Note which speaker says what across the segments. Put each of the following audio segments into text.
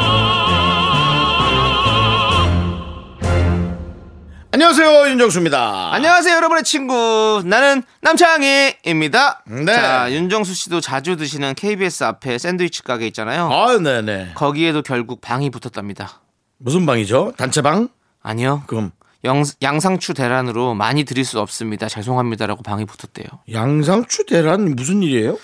Speaker 1: 안녕하세요 윤정수입니다
Speaker 2: 안녕하세요, 여러분의 친구. 나는 남창희입니다.
Speaker 1: 네.
Speaker 2: 자, 윤정수 씨도 자주 드시는 KBS 앞에 샌드위치 가게 있잖아요.
Speaker 1: 아 네네
Speaker 2: 거기에도 결국 방이 붙었답니다.
Speaker 1: 무슨 방이죠 단체방
Speaker 2: 아니요.
Speaker 1: 그럼
Speaker 2: 영, 양상추 대란으로 많이 드릴 수 없습니다. 죄송합니다라고 방이 붙었대요.
Speaker 1: 양상추 대란 무슨 일이에요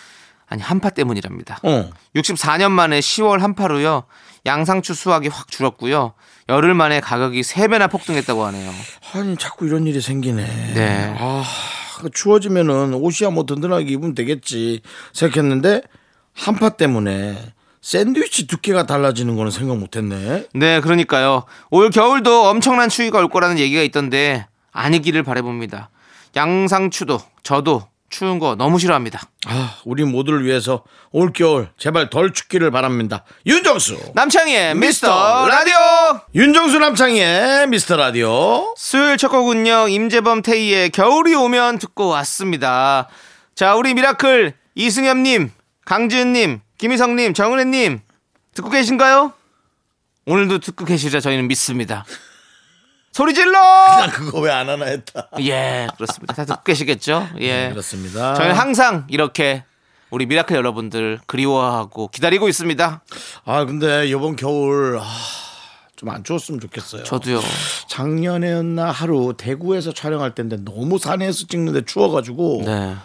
Speaker 2: 아니, 한파 때문이랍니다.
Speaker 1: 어
Speaker 2: 64년 만에 10월 한파로요. 양상추 수확이 확 줄었고요. 열흘 만에 가격이 3배나 폭등했다고 하네요.
Speaker 1: 아니 자꾸 이런 일이 생기네
Speaker 2: 네.
Speaker 1: 아 추워지면은 옷이야 뭐 든든하게 입으면 되겠지 생각했는데 한파 때문에 샌드위치 두께가 달라지는 거는 생각 못했네
Speaker 2: 네, 그러니까요. 올 겨울도 엄청난 추위가 올 거라는 얘기가 있던데 아니기를 바라봅니다. 양상추도 저도 추운 거 너무 싫어합니다.
Speaker 1: 아 우리 모두를 위해서 올겨울 제발 덜 춥기를 바랍니다 윤정수
Speaker 2: 남창희의
Speaker 1: 미스터
Speaker 2: 미스터 라디오!
Speaker 1: 윤정수 남창희의 미스터 라디오
Speaker 2: 수요일 첫 곡은요, 임재범 태희의 겨울이 오면 듣고 왔습니다. 자, 우리 미라클 이승엽님, 강지은님, 김희성님, 정은혜님, 듣고 계신가요? 오늘도 듣고 계시자 저희는 믿습니다. 소리 질러!
Speaker 1: 나 그거 왜 안 하나 했다
Speaker 2: 예, 그렇습니다. 다 듣고 계시겠죠? 예.
Speaker 1: 그렇습니다
Speaker 2: 저희는 항상 이렇게 우리 미라클 여러분들 그리워하고 기다리고 있습니다.
Speaker 1: 아 근데 이번
Speaker 2: 아,
Speaker 1: 겨울 좀 안 추웠으면 좋겠어요.
Speaker 2: 저도요.
Speaker 1: 작년에였나 하루 대구에서 촬영할 때인데 너무 산에서 찍는데 추워가지고
Speaker 2: 네.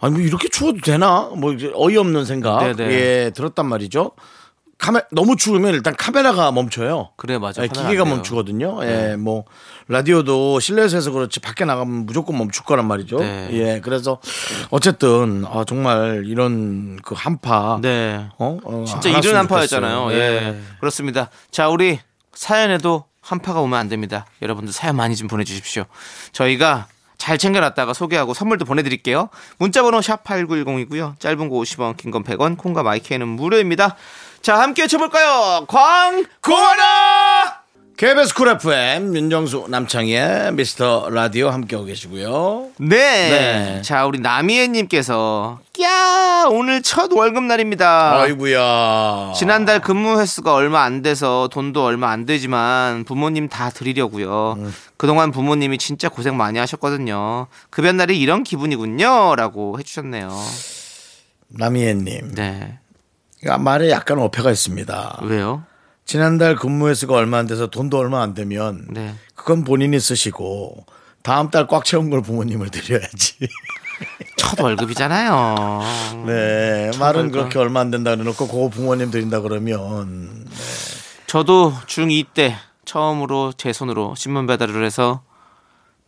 Speaker 1: 아니 뭐 이렇게 추워도 되나 뭐 이제 어이없는 생각
Speaker 2: 네네.
Speaker 1: 예 들었단 말이죠. 카메 너무 추우면 일단 카메라가 멈춰요.
Speaker 2: 그래, 맞아요.
Speaker 1: 예,
Speaker 2: 카메라
Speaker 1: 기계가
Speaker 2: 안 돼요. 네.
Speaker 1: 멈추거든요. 예, 뭐 라디오도 실내에서 해서 그렇지 밖에 나가면 무조건 멈출 거란 말이죠.
Speaker 2: 네.
Speaker 1: 예, 그래서 어쨌든 아, 정말 이런 그 한파
Speaker 2: 네.
Speaker 1: 어? 어,
Speaker 2: 진짜
Speaker 1: 안
Speaker 2: 이른
Speaker 1: 왔으면
Speaker 2: 한파였잖아요.
Speaker 1: 좋겠어요. 네.
Speaker 2: 예. 그렇습니다. 자, 우리 사연에도 한파가 오면 안 됩니다. 여러분들 사연 많이 좀 보내주십시오. 저희가 잘 챙겨놨다가 소개하고 선물도 보내드릴게요. 문자번호 샵8910이고요. 짧은 거 50원, 긴 건 100원, 콩과 마이크는 무료입니다. 자, 함께 쳐볼까요? 광!
Speaker 1: 고마라! KBS 쿨 FM 윤정수 남창희의 미스터 라디오 함께하고 계시고요.
Speaker 2: 네.
Speaker 1: 네.
Speaker 2: 자, 우리 남희애님께서, 야 오늘 첫 월급날입니다.
Speaker 1: 아이구야.
Speaker 2: 지난달 근무 횟수가 얼마 안 돼서 돈도 얼마 안 되지만 부모님 다 드리려고요. 그동안 부모님이 진짜 고생 많이 하셨거든요. 급여날이 이런 기분이군요. 라고 해주셨네요.
Speaker 1: 남희애님
Speaker 2: 네.
Speaker 1: 그러니까 말에 약간 어폐가 있습니다.
Speaker 2: 왜요?
Speaker 1: 지난달 근무 횟수가 얼마 안 돼서 돈도 얼마 안 되면
Speaker 2: 네.
Speaker 1: 그건 본인이 쓰시고 다음 달 꽉 채운 걸 부모님을 드려야지.
Speaker 2: 첫 월급이잖아요.
Speaker 1: 네 말은
Speaker 2: 그러니까.
Speaker 1: 그렇게 얼마 안 된다 그래놓고 그거 부모님 드린다 그러면
Speaker 2: 저도 중2 때 처음으로 제 손으로 신문 배달을 해서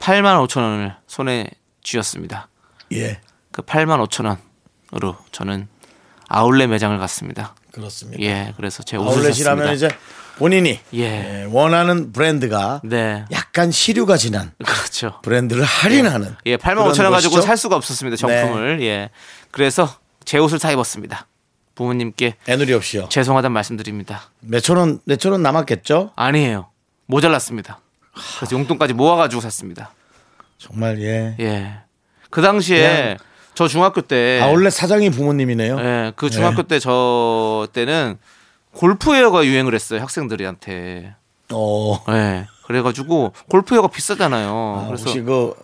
Speaker 2: 8만 5천 원을 손에 쥐었습니다.
Speaker 1: 예
Speaker 2: 그 8만 5천 원으로 저는 아울렛 매장을 갔습니다.
Speaker 1: 그렇습니다.
Speaker 2: 예, 그래서 제 옷을 샀습니다.
Speaker 1: 아울렛이라면 이제 본인이
Speaker 2: 예.
Speaker 1: 예, 원하는 브랜드가
Speaker 2: 네,
Speaker 1: 약간 시류가 지난
Speaker 2: 그렇죠.
Speaker 1: 브랜드를 할인하는
Speaker 2: 예, 8만
Speaker 1: 그런
Speaker 2: 5천 원 가지고
Speaker 1: 것이죠. 네.
Speaker 2: 살 수가 없었습니다. 정품을. 예. 그래서 제 옷을 사 입었습니다. 부모님께
Speaker 1: 애누리 없이요.
Speaker 2: 죄송하단 말씀드립니다.
Speaker 1: 몇천 원, 몇천 원 남았겠죠?
Speaker 2: 아니에요. 모자랐습니다. 그래서 용돈까지 모아가지고 샀습니다.
Speaker 1: 정말 예.
Speaker 2: 예. 그 당시에 저 중학교 때
Speaker 1: 아울렛 사장이 부모님이네요.
Speaker 2: 예, 그 중학교 때 저 때는 골프웨어가 유행을 했어요. 학생들한테.
Speaker 1: 어.
Speaker 2: 예. 그래가지고 골프웨어가 비싸잖아요.
Speaker 1: 아,
Speaker 2: 그래서
Speaker 1: 혹시 그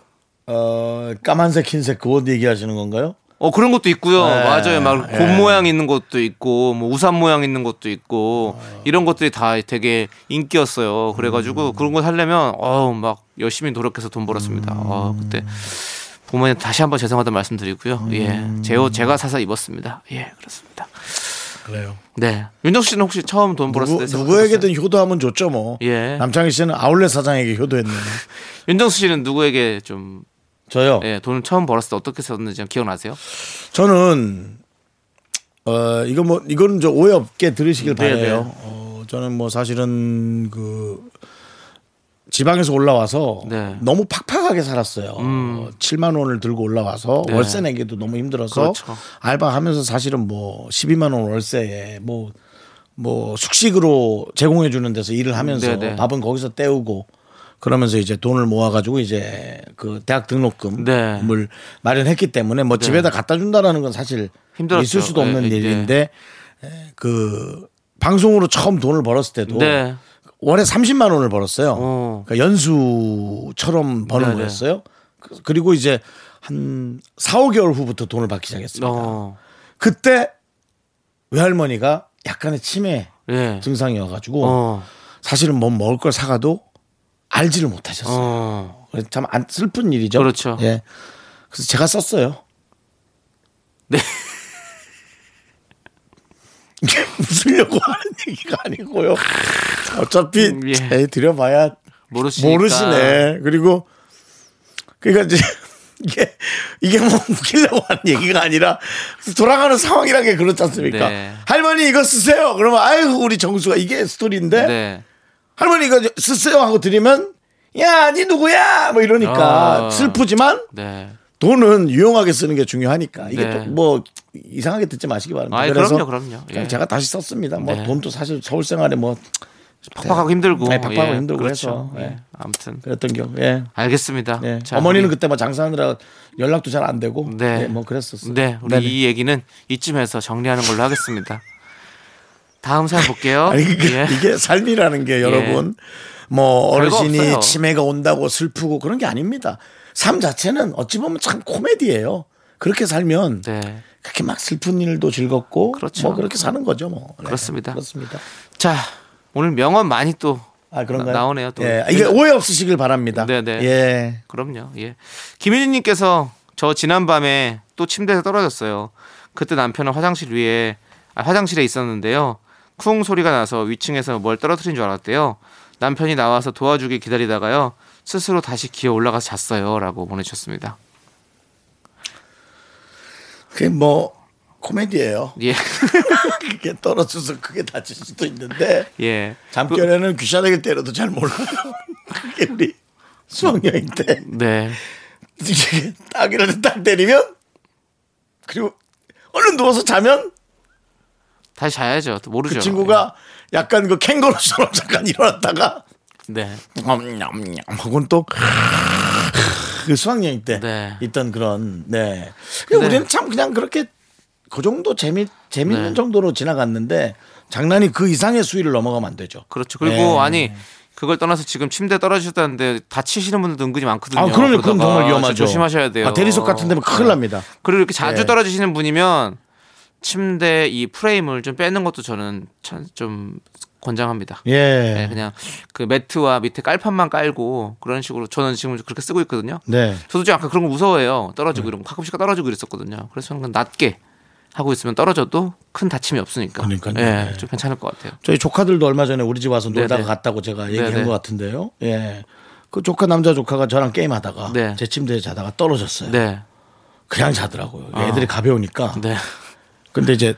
Speaker 1: 어, 까만색, 흰색 그 옷 얘기하시는 건가요?
Speaker 2: 어 그런 것도 있고요.
Speaker 1: 예,
Speaker 2: 맞아요. 막 곰
Speaker 1: 예.
Speaker 2: 모양 있는 것도 있고 뭐 우산 모양 있는 것도 있고
Speaker 1: 어.
Speaker 2: 이런 것들이 다 되게 인기였어요. 그래가지고
Speaker 1: 음.
Speaker 2: 그런 걸 하려면 어우 막 열심히 노력해서 돈 벌었습니다.
Speaker 1: 음.
Speaker 2: 어 그때 부모님 다시 한번 죄송하다 말씀드리고요.
Speaker 1: 음.
Speaker 2: 예, 제 옷 제가 사서 입었습니다. 예, 그렇습니다.
Speaker 1: 그래요.
Speaker 2: 네, 윤정수 씨는 혹시 처음 돈 벌었을
Speaker 1: 누구,
Speaker 2: 때
Speaker 1: 누구에게든 효도하면 좋죠 뭐.
Speaker 2: 예.
Speaker 1: 남창희 씨는 아울렛 사장에게 효도했네요.
Speaker 2: 생각하셨어요? 윤정수 씨는 누구에게 좀
Speaker 1: 저요.
Speaker 2: 예, 돈을 처음 벌었을 때 어떻게 썼는지 기억나세요?
Speaker 1: 저는 어 이거 뭐 이거는 저 오해 없게 들으시길
Speaker 2: 음,
Speaker 1: 어,
Speaker 2: 네,
Speaker 1: 바래요.
Speaker 2: 네.
Speaker 1: 어, 저는 뭐 사실은 그 지방에서 올라와서
Speaker 2: 네. 음.
Speaker 1: 너무 팍팍하게 살았어요. 7만 원을 들고 올라와서
Speaker 2: 네.
Speaker 1: 월세 내기도 너무 힘들어서
Speaker 2: 그렇죠.
Speaker 1: 알바하면서 사실은 뭐 12만 원 월세에 뭐 뭐 숙식으로 제공해 주는 데서 일을 하면서
Speaker 2: 네, 네.
Speaker 1: 밥은 거기서 때우고 그러면서 이제 돈을 모아가지고 이제 그 대학 등록금을
Speaker 2: 네.
Speaker 1: 마련했기 때문에 뭐 집에다 갖다 준다라는 건 사실
Speaker 2: 힘들었죠.
Speaker 1: 있을 수도 없는
Speaker 2: 예, 예.
Speaker 1: 일인데 에, 그 방송으로 처음 돈을 벌었을 때도
Speaker 2: 네.
Speaker 1: 월에 30만 원을 벌었어요.
Speaker 2: 어.
Speaker 1: 그러니까 연수처럼 버는
Speaker 2: 네네.
Speaker 1: 거였어요. 그- 그리고 이제 한 4, 5개월 후부터 돈을 받기 시작했습니다.
Speaker 2: 어.
Speaker 1: 그때 외할머니가 약간의 치매
Speaker 2: 예.
Speaker 1: 증상이어가지고
Speaker 2: 어.
Speaker 1: 사실은 뭐 먹을 걸 사가도 알지를 못하셨어요.
Speaker 2: 어.
Speaker 1: 그래서 참 안- 슬픈 일이죠.
Speaker 2: 그렇죠.
Speaker 1: 예. 그래서 제가 썼어요.
Speaker 2: 네.
Speaker 1: 이게 웃으려고 하는 얘기가 아니고요. 어차피
Speaker 2: 음, 예.
Speaker 1: 에 드려봐야
Speaker 2: 모르시니까.
Speaker 1: 모르시네. 그리고 그러니까 이제 이게 이게 뭐 웃기려고 하는 얘기가 아니라 돌아가는 상황이란 게 그렇지 않습니까?
Speaker 2: 네.
Speaker 1: 할머니 이거 쓰세요. 그러면 아유 우리 정수가 이게 스토리인데
Speaker 2: 네.
Speaker 1: 할머니 이거 쓰세요 하고 드리면 야, 니 누구야? 뭐 이러니까
Speaker 2: 아.
Speaker 1: 슬프지만
Speaker 2: 네.
Speaker 1: 돈은 유용하게 쓰는 게 중요하니까 이게
Speaker 2: 네.
Speaker 1: 또 뭐 이상하게 듣지 마시기 바랍니다.
Speaker 2: 아이,
Speaker 1: 그래서
Speaker 2: 그럼요, 그럼요.
Speaker 1: 그냥
Speaker 2: 예.
Speaker 1: 제가 다시 썼습니다. 뭐
Speaker 2: 네.
Speaker 1: 돈도 사실 서울 생활에 뭐
Speaker 2: 팍팍하고 힘들고.
Speaker 1: 네, 팍팍하고
Speaker 2: 예,
Speaker 1: 힘들고
Speaker 2: 그렇죠.
Speaker 1: 해서, 예.
Speaker 2: 예. 아무튼
Speaker 1: 그랬던 기억. 예.
Speaker 2: 알겠습니다.
Speaker 1: 예.
Speaker 2: 자,
Speaker 1: 어머니는
Speaker 2: 우리-
Speaker 1: 그때 뭐 장사하느라 연락도 잘 안 되고
Speaker 2: 네.
Speaker 1: 네, 뭐 그랬었어요.
Speaker 2: 네. 우리
Speaker 1: 네네.
Speaker 2: 이 얘기는 이쯤에서 정리하는 걸로 하겠습니다. 다음 사연 볼게요.
Speaker 1: 아니 그게,
Speaker 2: 예.
Speaker 1: 이게 삶이라는 게 여러분 뭐
Speaker 2: 별거
Speaker 1: 어르신이
Speaker 2: 없어요.
Speaker 1: 치매가 온다고 슬프고 그런 게 아닙니다. 삶 자체는 어찌 보면 참 코미디예요. 그렇게 살면
Speaker 2: 네.
Speaker 1: 그렇게 막 슬픈 일도 즐겁고
Speaker 2: 그렇죠.
Speaker 1: 뭐 그렇게 사는 거죠 뭐. 네,
Speaker 2: 그렇습니다.
Speaker 1: 그렇습니다.
Speaker 2: 자, 오늘 명언 많이 또
Speaker 1: 아 그런가요?
Speaker 2: 나- 나오네요, 또.
Speaker 1: 예, 이게 오해 없으시길 바랍니다.
Speaker 2: 네네.
Speaker 1: 예.
Speaker 2: 그럼요. 예. 김윤희님께서 저 지난밤에 또 침대에서 떨어졌어요. 그때 남편은 화장실 위에 아, 화장실에 있었는데요. 쿵 소리가 나서 위층에서 뭘 떨어뜨린 줄 알았대요. 남편이 나와서 도와주길 기다리다가요. 스스로 다시 기어 올라가서 잤어요라고 보내주셨습니다.
Speaker 1: 그게 뭐 코미디예요.
Speaker 2: 예.
Speaker 1: 그게 떨어져서 크게 다칠 수도 있는데
Speaker 2: 예.
Speaker 1: 잠결에는 귀찮게 때려도 잘 몰라요. 그게 우리 수학여행 때
Speaker 2: 네.
Speaker 1: 이게 딱이라도 딱 때리면 그리고 얼른 누워서 자면
Speaker 2: 다시 자야죠. 또 모르죠.
Speaker 1: 그 친구가 약간 그 캥거루처럼 잠깐 일어났다가
Speaker 2: 예. 네.
Speaker 1: 냠냠냠 하고는 또그 그 수학여행 때
Speaker 2: 네.
Speaker 1: 있던 그런 네. 근데
Speaker 2: 네.
Speaker 1: 우리는 참 그냥 그렇게 그 정도 재미 재밌는
Speaker 2: 네.
Speaker 1: 정도로 지나갔는데 장난이 그 이상의 수위를 넘어가면 안 되죠.
Speaker 2: 그렇죠. 그리고
Speaker 1: 네.
Speaker 2: 아니 그걸 떠나서 지금 침대 떨어지셨다는데 다치시는 분들도 은근히 많거든요.
Speaker 1: 아, 그럼요. 그건
Speaker 2: 그러다가
Speaker 1: 정말 위험하죠.
Speaker 2: 조심하셔야 돼요.
Speaker 1: 아, 대리석 같은 데면 큰일
Speaker 2: 네.
Speaker 1: 납니다.
Speaker 2: 그리고 이렇게 자주
Speaker 1: 예.
Speaker 2: 떨어지시는 분이면 침대 이 프레임을 좀 빼는 것도 저는 참- 좀 권장합니다.
Speaker 1: 예.
Speaker 2: 네, 그냥 그 매트와 밑에 깔판만 깔고 그런 식으로 저는 지금 그렇게 쓰고 있거든요.
Speaker 1: 네.
Speaker 2: 저도 좀 약간 그런 거 무서워해요. 떨어지고 이런 거 가끔씩 떨어지고 이랬었거든요. 그래서 저는 낮게 하고 있으면 떨어져도 큰 다침이 없으니까.
Speaker 1: 그러니까요.
Speaker 2: 예,
Speaker 1: 네.
Speaker 2: 좀 괜찮을 것 같아요.
Speaker 1: 저희 조카들도 얼마 전에 우리 집 와서 놀다가
Speaker 2: 네네.
Speaker 1: 갔다고 제가 얘기한
Speaker 2: 네네.
Speaker 1: 것 같은데요. 예. 그 조카 남자 조카가 저랑 게임하다가
Speaker 2: 네.
Speaker 1: 제 침대에 자다가 떨어졌어요.
Speaker 2: 네. 아.
Speaker 1: 그냥 자더라고요. 애들이 가벼우니까.
Speaker 2: 네.
Speaker 1: 근데 이제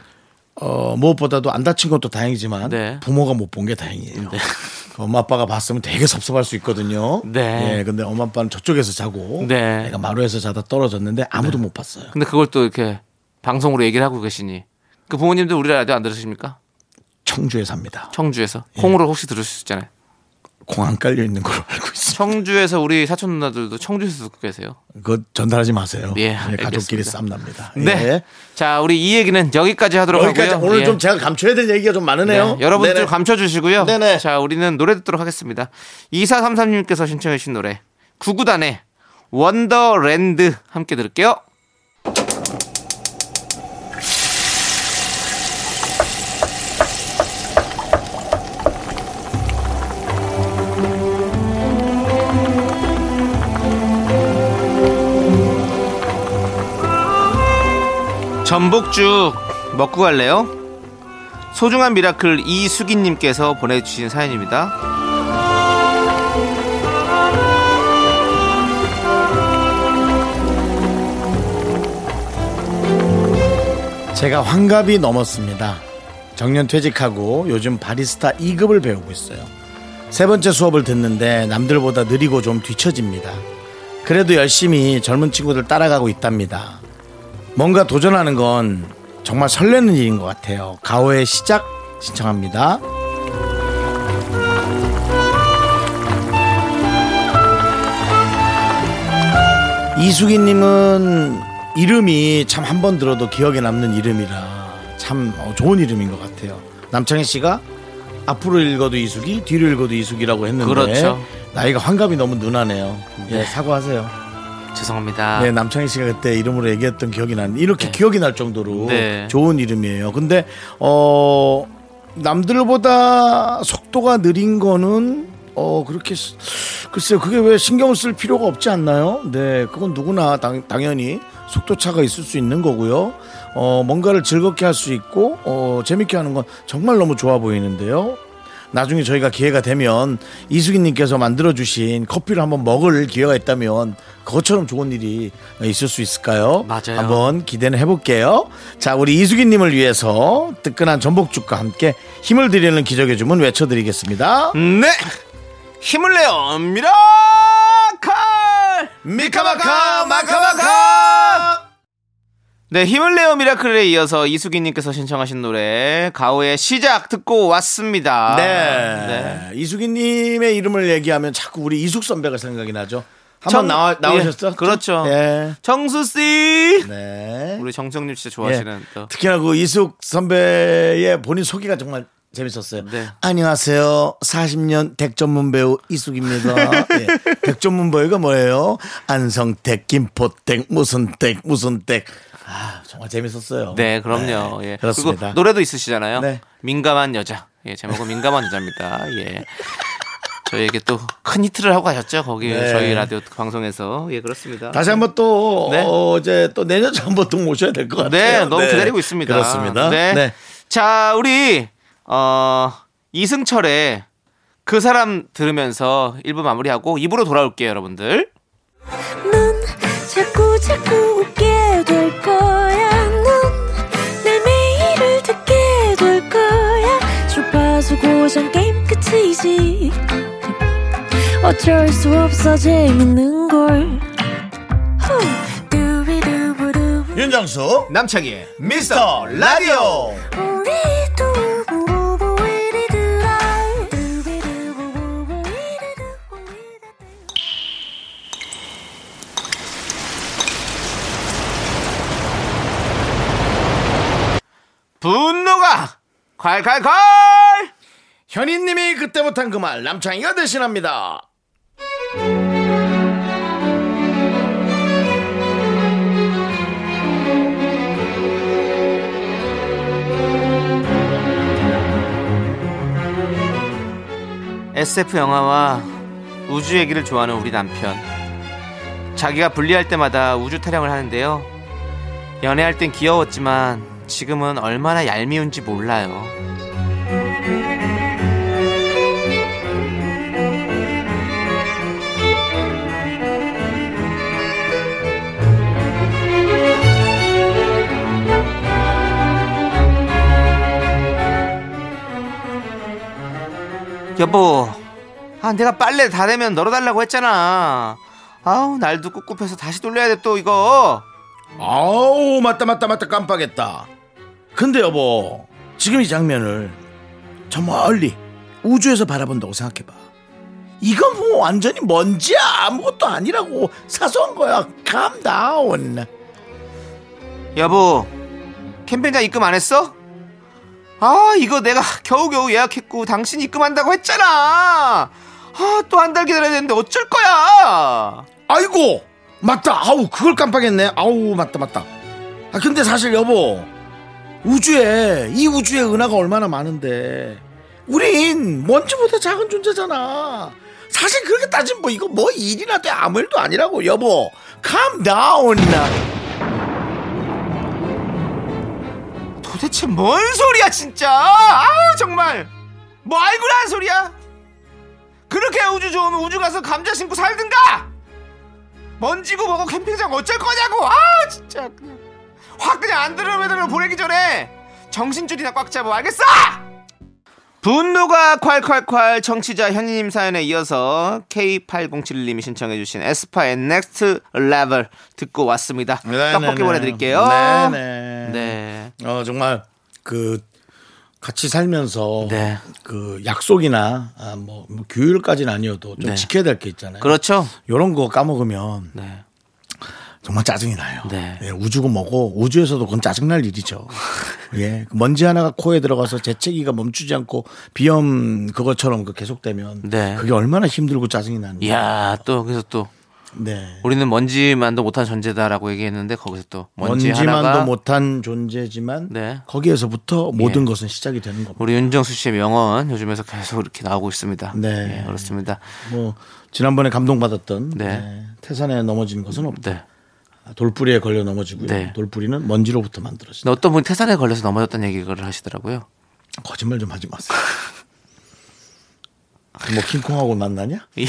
Speaker 1: 어, 무엇보다도 안 다친 것도 다행이지만
Speaker 2: 네.
Speaker 1: 부모가 못 본 게 다행이에요. 그 엄마 아빠가 봤으면 되게 섭섭할 수 있거든요.
Speaker 2: 네.
Speaker 1: 예, 근데 엄마 아빠는 저쪽에서 자고
Speaker 2: 네.
Speaker 1: 내가 마루에서 자다 떨어졌는데 아무도 못 봤어요.
Speaker 2: 근데 그걸 또 이렇게 방송으로 얘기를 하고 계시니 그 부모님들 우리 라디오 안 들으십니까?
Speaker 1: 청주에 삽니다.
Speaker 2: 청주에서
Speaker 1: 예.
Speaker 2: 콩으로 혹시 들을 수 있잖아요.
Speaker 1: 공 안 깔려 있는 걸로 알고 있습니다.
Speaker 2: 청주에서 우리 사촌 누나들도 청주에서 듣고 계세요.
Speaker 1: 그거 전달하지 마세요.
Speaker 2: 예,
Speaker 1: 예, 가족끼리
Speaker 2: 알겠습니다.
Speaker 1: 싸움 납니다.
Speaker 2: 네.
Speaker 1: 예.
Speaker 2: 자, 우리 이 얘기는 여기까지 하도록
Speaker 1: 여기까지
Speaker 2: 하고요.
Speaker 1: 오늘
Speaker 2: 예.
Speaker 1: 좀 제가 감춰야 될 얘기가 좀 많으네요.
Speaker 2: 네, 여러분들
Speaker 1: 네네.
Speaker 2: 감춰 주시고요.
Speaker 1: 네네.
Speaker 2: 자, 우리는 노래 듣도록 하겠습니다. 2433님께서 신청해 주신 노래. 구구단의 원더랜드 함께 들을게요. 전복죽 먹고 갈래요? 소중한 미라클 이수기님께서 보내주신 사연입니다.
Speaker 1: 제가 환갑이 넘었습니다. 정년 퇴직하고 요즘 바리스타 2급을 배우고 있어요. 세 번째 수업을 듣는데 남들보다 느리고 좀 뒤처집니다. 그래도 열심히 젊은 친구들 따라가고 있답니다. 뭔가 도전하는 건 정말 설레는 일인 것 같아요. 가오의 시작 신청합니다. 이수기님은 이름이 참 한 번 들어도 기억에 남는 이름이라 참 어, 좋은 이름인 것 같아요. 남창희 씨가 앞으로 읽어도 이수기, 뒤로 읽어도 이수기라고 했는데
Speaker 2: 그렇죠.
Speaker 1: 나이가 환갑이 너무 눈하네요. 예, 사과하세요.
Speaker 2: 죄송합니다.
Speaker 1: 네, 남창희 씨가 그때 이름으로 얘기했던 기억이 나는데 이렇게
Speaker 2: 네.
Speaker 1: 기억이 날 정도로
Speaker 2: 네.
Speaker 1: 좋은 이름이에요. 근데 어 남들보다 속도가 느린 거는 어 그렇게 쓰- 글쎄요 그게 왜 신경 쓸 필요가 없지 않나요? 네, 그건 누구나 당, 당연히 속도 차가 있을 수 있는 거고요. 어 뭔가를 즐겁게 할 수 있고 어 재밌게 하는 건 정말 너무 좋아 보이는데요. 나중에 저희가 기회가 되면 이수기님께서 만들어주신 커피를 한번 먹을 기회가 있다면 그것처럼 좋은 일이 있을 수 있을까요?
Speaker 2: 맞아요.
Speaker 1: 한번 기대는 해볼게요. 자, 우리 이수기님을 위해서 뜨끈한 전복죽과 함께 힘을 드리는 기적의 주문 외쳐드리겠습니다.
Speaker 2: 네. 힘을 내요. 미라클!
Speaker 1: 미카마카 마카마카
Speaker 2: 네, 힘을 내요 미라클에 이어서 이수기 님께서 신청하신 노래 가오의 시작 듣고 왔습니다.
Speaker 1: 네. 이수기님의 이름을 얘기하면 자꾸 우리 이숙 선배가 생각이 나죠. 한번
Speaker 2: 청-
Speaker 1: 나와, 나오셨어?
Speaker 2: 예, 그렇죠.
Speaker 1: 네.
Speaker 2: 정수 씨.
Speaker 1: 네.
Speaker 2: 우리 정성님 진짜 좋아하시는
Speaker 1: 예.
Speaker 2: 또.
Speaker 1: 특히나 그 이숙 선배의 본인 소개가 정말 재밌었어요.
Speaker 2: 네.
Speaker 1: 안녕하세요. 40년 댁 전문 배우 이숙입니다. 예. 댁 전문 배우가 뭐예요? 안성댁, 김포댁, 무슨 댁, 무슨 댁. 아, 정말 재밌었어요.
Speaker 2: 네, 그럼요.
Speaker 1: 네,
Speaker 2: 예.
Speaker 1: 그렇습니다.
Speaker 2: 리고 노래도 있으시잖아요.
Speaker 1: 네.
Speaker 2: 민감한 여자. 예, 제목은 민감한 여자입니다. 예. 저희에게 또 큰 히트를 하고 가셨죠. 거기
Speaker 1: 네.
Speaker 2: 저희 라디오 방송에서. 예, 그렇습니다.
Speaker 1: 다시 한번 또
Speaker 2: 네.
Speaker 1: 어, 이제 또 내년 전부 또 모셔야 될 것 같아요.
Speaker 2: 네, 너무 기다리고 있습니다.
Speaker 1: 그렇습니다.
Speaker 2: 네.
Speaker 1: 네.
Speaker 2: 자, 우리 어 이승철의 그 사람 들으면서 1부 마무리하고 2부로 돌아올게요, 여러분들.
Speaker 3: 넌 자꾸 자꾸 웃게 될 거야. 넌내 매일을 듣게 될 거야. 주파수 고정 게임 끝이지. 어쩔 수 없어 재밌는 걸. 후. 두비두부두.
Speaker 1: 윤정수
Speaker 2: 남창희의
Speaker 1: 미스터 라디오.
Speaker 3: 우리 두부부부 우리 두라. 두비두부부부 우리 두부 우리 두부.
Speaker 2: 분노가 콸콸콸!
Speaker 1: 현인님이 그때 못한 그 말 남창희가 대신합니다.
Speaker 2: SF 영화와 우주 얘기를 좋아하는 우리 남편. 자기가 분리할 때마다 우주 타령을 하는데요. 연애할 땐 귀여웠지만 지금은 얼마나 얄미운지 몰라요. 여보, 아 내가 빨래 다 되면 널어달라고 했잖아. 아우 날도 꿉꿉해서 다시 돌려야 돼 또 이거.
Speaker 1: 아우 맞다 맞다 맞다 깜빡했다 근데 여보 지금 이 장면을 저 멀리 우주에서 바라본다고 생각해봐 이건 뭐 완전히 먼지야 아무것도 아니라고 사소한 거야 감다운
Speaker 2: 여보, 캠핑장 입금 안 했어? 아 이거 내가 겨우겨우 예약했고 당신 입금한다고 했잖아. 아 또 한 달 기다려야 되는데 어쩔 거야.
Speaker 1: 아이고 맞다 아우 그걸 깜빡했네 아우 맞다 맞다 아 근데 사실 여보 우주에 이 우주에 은하가 얼마나 많은데 우린 먼지보다 작은 존재잖아 사실 그렇게 따지면 뭐 이거 뭐 일이나 돼 아무 일도 아니라고 여보 calm down
Speaker 2: 네, 도대체 뭔 소리야 진짜. 아우 정말 뭐 알고 한 소리야. 그렇게 우주 좋으면 우주 가서 감자 신고 살든가. 먼지고 뭐고 캠핑장 어쩔 거냐고. 아 진짜 그냥 확 그냥 안드로메다로 보내기 전에 정신줄이나 꽉 잡아 알겠어? 분노가 콸콸콸 청취자 현희님 사연에 이어서 K8071님이 신청해주신 에스파의 넥스트 레벨 듣고 왔습니다.
Speaker 1: 네, 네,
Speaker 2: 떡볶이
Speaker 1: 네.
Speaker 2: 보내드릴게요.
Speaker 1: 네, 네.
Speaker 2: 네.
Speaker 1: 어, 정말 그 같이 살면서
Speaker 2: 네.
Speaker 1: 그 약속이나 아, 뭐, 뭐 규율까지는 아니어도 좀
Speaker 2: 네.
Speaker 1: 지켜야 될 게 있잖아요.
Speaker 2: 그렇죠.
Speaker 1: 요런 거 까먹으면
Speaker 2: 네.
Speaker 1: 정말 짜증이 나요.
Speaker 2: 네.
Speaker 1: 예, 우주고 뭐고 우주에서도 그건 짜증날 일이죠. 예, 그 먼지 하나가 코에 들어가서 재채기가 멈추지 않고 비염 그것처럼 그 계속되면
Speaker 2: 네. 예.
Speaker 1: 그게 얼마나 힘들고 짜증이 나는지.
Speaker 2: 이야, 또, 그래서 또,
Speaker 1: 네.
Speaker 2: 우리는 먼지만도 못한 존재다라고 얘기했는데, 거기서 또, 먼지
Speaker 1: 먼지만도
Speaker 2: 하나가
Speaker 1: 못한 존재지만
Speaker 2: 네.
Speaker 1: 거기에서부터 모든 것은 시작이 되는 겁니다.
Speaker 2: 우리 윤정수 씨의 명언 요즘에서 계속 이렇게 나오고 있습니다.
Speaker 1: 네.
Speaker 2: 예, 그렇습니다.
Speaker 1: 뭐 지난번에 감동받았던
Speaker 2: 네.
Speaker 1: 네, 태산에 넘어진 것은 없다.
Speaker 2: 네.
Speaker 1: 돌뿌리에 걸려 넘어지고요.
Speaker 2: 네.
Speaker 1: 돌뿌리는 먼지로부터 만들어진다.
Speaker 2: 근데 어떤 분이 태산에 걸려서 넘어졌다는 얘기를 하시더라고요.
Speaker 1: 거짓말 좀 하지 마세요. 뭐 킹콩하고 만나냐?
Speaker 2: 예.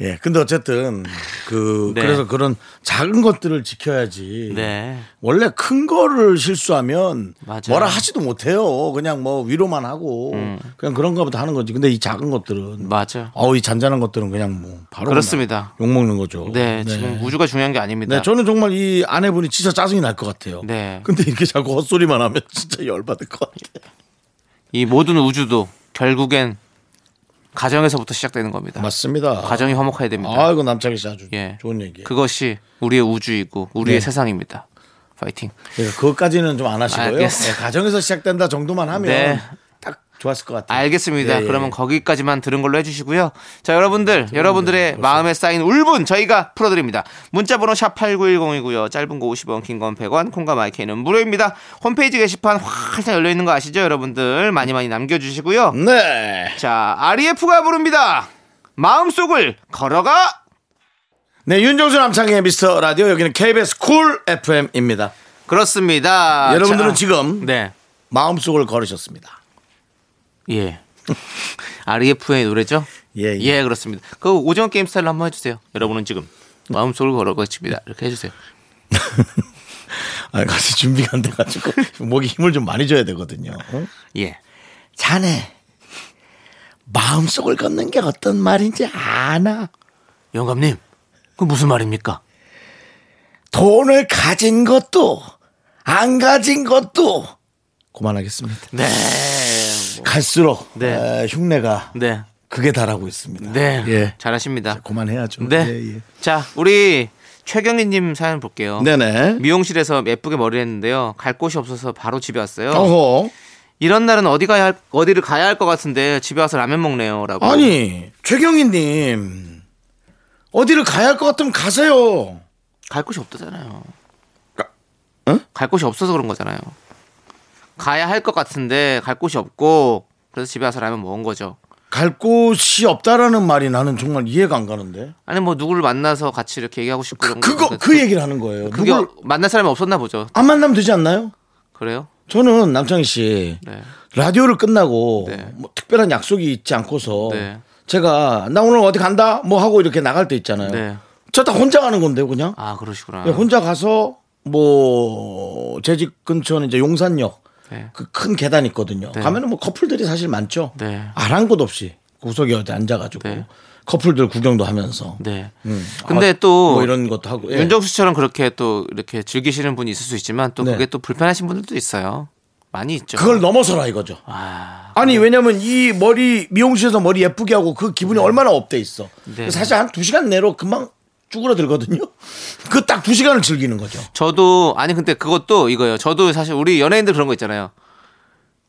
Speaker 1: 예. 근데 어쨌든 그
Speaker 2: 네.
Speaker 1: 그래서 그런 작은 것들을 지켜야지.
Speaker 2: 네.
Speaker 1: 원래 큰 거를 실수하면
Speaker 2: 맞아요. 음.
Speaker 1: 뭐라 하지도 못해요. 그냥 뭐 위로만 하고 그냥 그런 거부터 하는 거지. 근데 이 작은 것들은
Speaker 2: 맞아요.
Speaker 1: 어우 이 잔잔한 것들은 그냥 뭐 바로
Speaker 2: 그렇습니다.
Speaker 1: 욕 먹는 거죠.
Speaker 2: 네, 지금 우주가 중요한 게 아닙니다.
Speaker 1: 네, 저는 정말 이 아내분이 진짜 짜증이 날 것 같아요.
Speaker 2: 네.
Speaker 1: 근데 이렇게 자꾸 헛소리만 하면 진짜 열받을 것 같아요.
Speaker 2: 이 모든 우주도 결국엔 가정에서부터 시작되는 겁니다.
Speaker 1: 맞습니다.
Speaker 2: 가정이 화목해야 됩니다.
Speaker 1: 아이고 남창희 씨 아주
Speaker 2: 예.
Speaker 1: 좋은 얘기예요. 그,
Speaker 2: 그것이 우리의 우주이고
Speaker 1: 네.
Speaker 2: 우리의 세상입니다. 파이팅.
Speaker 1: 예, 그것까지는 좀 안 하시고요.
Speaker 2: 아, 알겠어요.
Speaker 1: 네, 가정에서 시작된다 정도만 하면
Speaker 2: 네.
Speaker 1: 딱 좋았을 것 같아요.
Speaker 2: 알겠습니다.
Speaker 1: 예, 예.
Speaker 2: 그러면 거기까지만 들은 걸로 해주시고요. 자, 여러분들, 여러분들의 마음에 쌓인 울분 저희가 풀어드립니다. 문자번호 샵 8910이고요. 짧은 거 50원, 긴 건 100원, 콩과 마이크는 무료입니다. 홈페이지 게시판 활짝 열려있는 거 아시죠? 여러분들 많이 많이 남겨주시고요.
Speaker 1: 네.
Speaker 2: 자, REF가 부릅니다. 마음속을 걸어가!
Speaker 1: 네, 윤정수 남창희의 미스터 라디오 여기는 KBS 쿨 FM입니다.
Speaker 2: 그렇습니다.
Speaker 1: 여러분들은
Speaker 2: 자,
Speaker 1: 지금
Speaker 2: 네.
Speaker 1: 마음속을 걸으셨습니다.
Speaker 2: 예. REF의 노래죠?
Speaker 1: 예, 예.
Speaker 2: 그렇습니다. 그 오징어 게임 스타일로 한번 해주세요. 여러분은 지금 마음속을 걸어가십니다. 이렇게 해주세요.
Speaker 1: 아, 같이 준비가 안 돼가지고 목에 힘을 좀 많이 줘야 되거든요. 응?
Speaker 2: 예.
Speaker 1: 자네 마음속을 걷는 게 어떤 말인지 아나?
Speaker 2: 영감님, 그 무슨 말입니까?
Speaker 1: 돈을 가진 것도 안 가진 것도 그만하겠습니다.
Speaker 2: 네.
Speaker 1: 갈수록
Speaker 2: 네.
Speaker 1: 에, 흉내가
Speaker 2: 네.
Speaker 1: 그게 달하고 있습니다.
Speaker 2: 네.
Speaker 1: 예.
Speaker 2: 잘하십니다.
Speaker 1: 그만해야죠.
Speaker 2: 네.
Speaker 1: 예, 예.
Speaker 2: 자, 우리 최경리님 사연 볼게요.
Speaker 1: 네네.
Speaker 2: 미용실에서 예쁘게 머리 했는데요. 갈 곳이 없어서 바로 집에 왔어요.
Speaker 1: 어허.
Speaker 2: 이런 날은 어디 가야 할, 어디를 가야 할 것 같은데 집에 와서 라면 먹네요라고.
Speaker 1: 아니 최경희님 어디를 가야 할 것 같으면 가세요.
Speaker 2: 갈 곳이 없다잖아요.
Speaker 1: 가- 응?
Speaker 2: 갈 곳이 없어서 그런 거잖아요. 가야 할 것 같은데 갈 곳이 없고 그래서 집에 와서 라면 먹은 거죠.
Speaker 1: 갈 곳이 없다라는 말이 나는 정말 이해가 안 가는데.
Speaker 2: 아니 뭐 누구를 만나서 같이 이렇게 얘기하고 싶고 그런
Speaker 1: 그거
Speaker 2: 거.
Speaker 1: 그 얘기를 하는 거예요.
Speaker 2: 그게
Speaker 1: 누굴
Speaker 2: 만날 사람이 없었나 보죠.
Speaker 1: 안 만나면 되지 않나요?
Speaker 2: 그래요?
Speaker 1: 저는 남창희 씨
Speaker 2: 네.
Speaker 1: 라디오를 끝나고
Speaker 2: 네.
Speaker 1: 뭐 특별한 약속이 있지 않고서
Speaker 2: 네.
Speaker 1: 제가 나 오늘 어디 간다 뭐 하고 이렇게 나갈 때 있잖아요.
Speaker 2: 네.
Speaker 1: 저 다 혼자 가는 건데요, 그냥.
Speaker 2: 아 그러시구나.
Speaker 1: 그냥 혼자 가서 뭐 제 집 근처는 이제 용산역
Speaker 2: 네.
Speaker 1: 그 큰 계단 있거든요.
Speaker 2: 네.
Speaker 1: 가면은 뭐 커플들이 사실 많죠.
Speaker 2: 네.
Speaker 1: 아랑곳 없이 구석에 어디 앉아가지고
Speaker 2: 네.
Speaker 1: 커플들 구경도 하면서.
Speaker 2: 네.
Speaker 1: 음.
Speaker 2: 근데
Speaker 1: 아,
Speaker 2: 또
Speaker 1: 뭐 이런 것도 하고. 예.
Speaker 2: 윤정수 씨처럼 그렇게 또 이렇게 즐기시는 분이 있을 수 있지만 또
Speaker 1: 네.
Speaker 2: 그게 또 불편하신 분들도 있어요. 많이 있죠.
Speaker 1: 그걸 넘어서라 이거죠.
Speaker 2: 아,
Speaker 1: 아니 왜냐면 이 머리 미용실에서 머리 예쁘게 하고 그 기분이 얼마나 업돼 있어.
Speaker 2: 네.
Speaker 1: 사실 한 두 시간 내로 금방 쭈그러들거든요. 그 딱 두 시간을 즐기는 거죠.
Speaker 2: 저도 아니 근데 그것도 이거예요. 저도 사실 우리 연예인들 그런 거 있잖아요.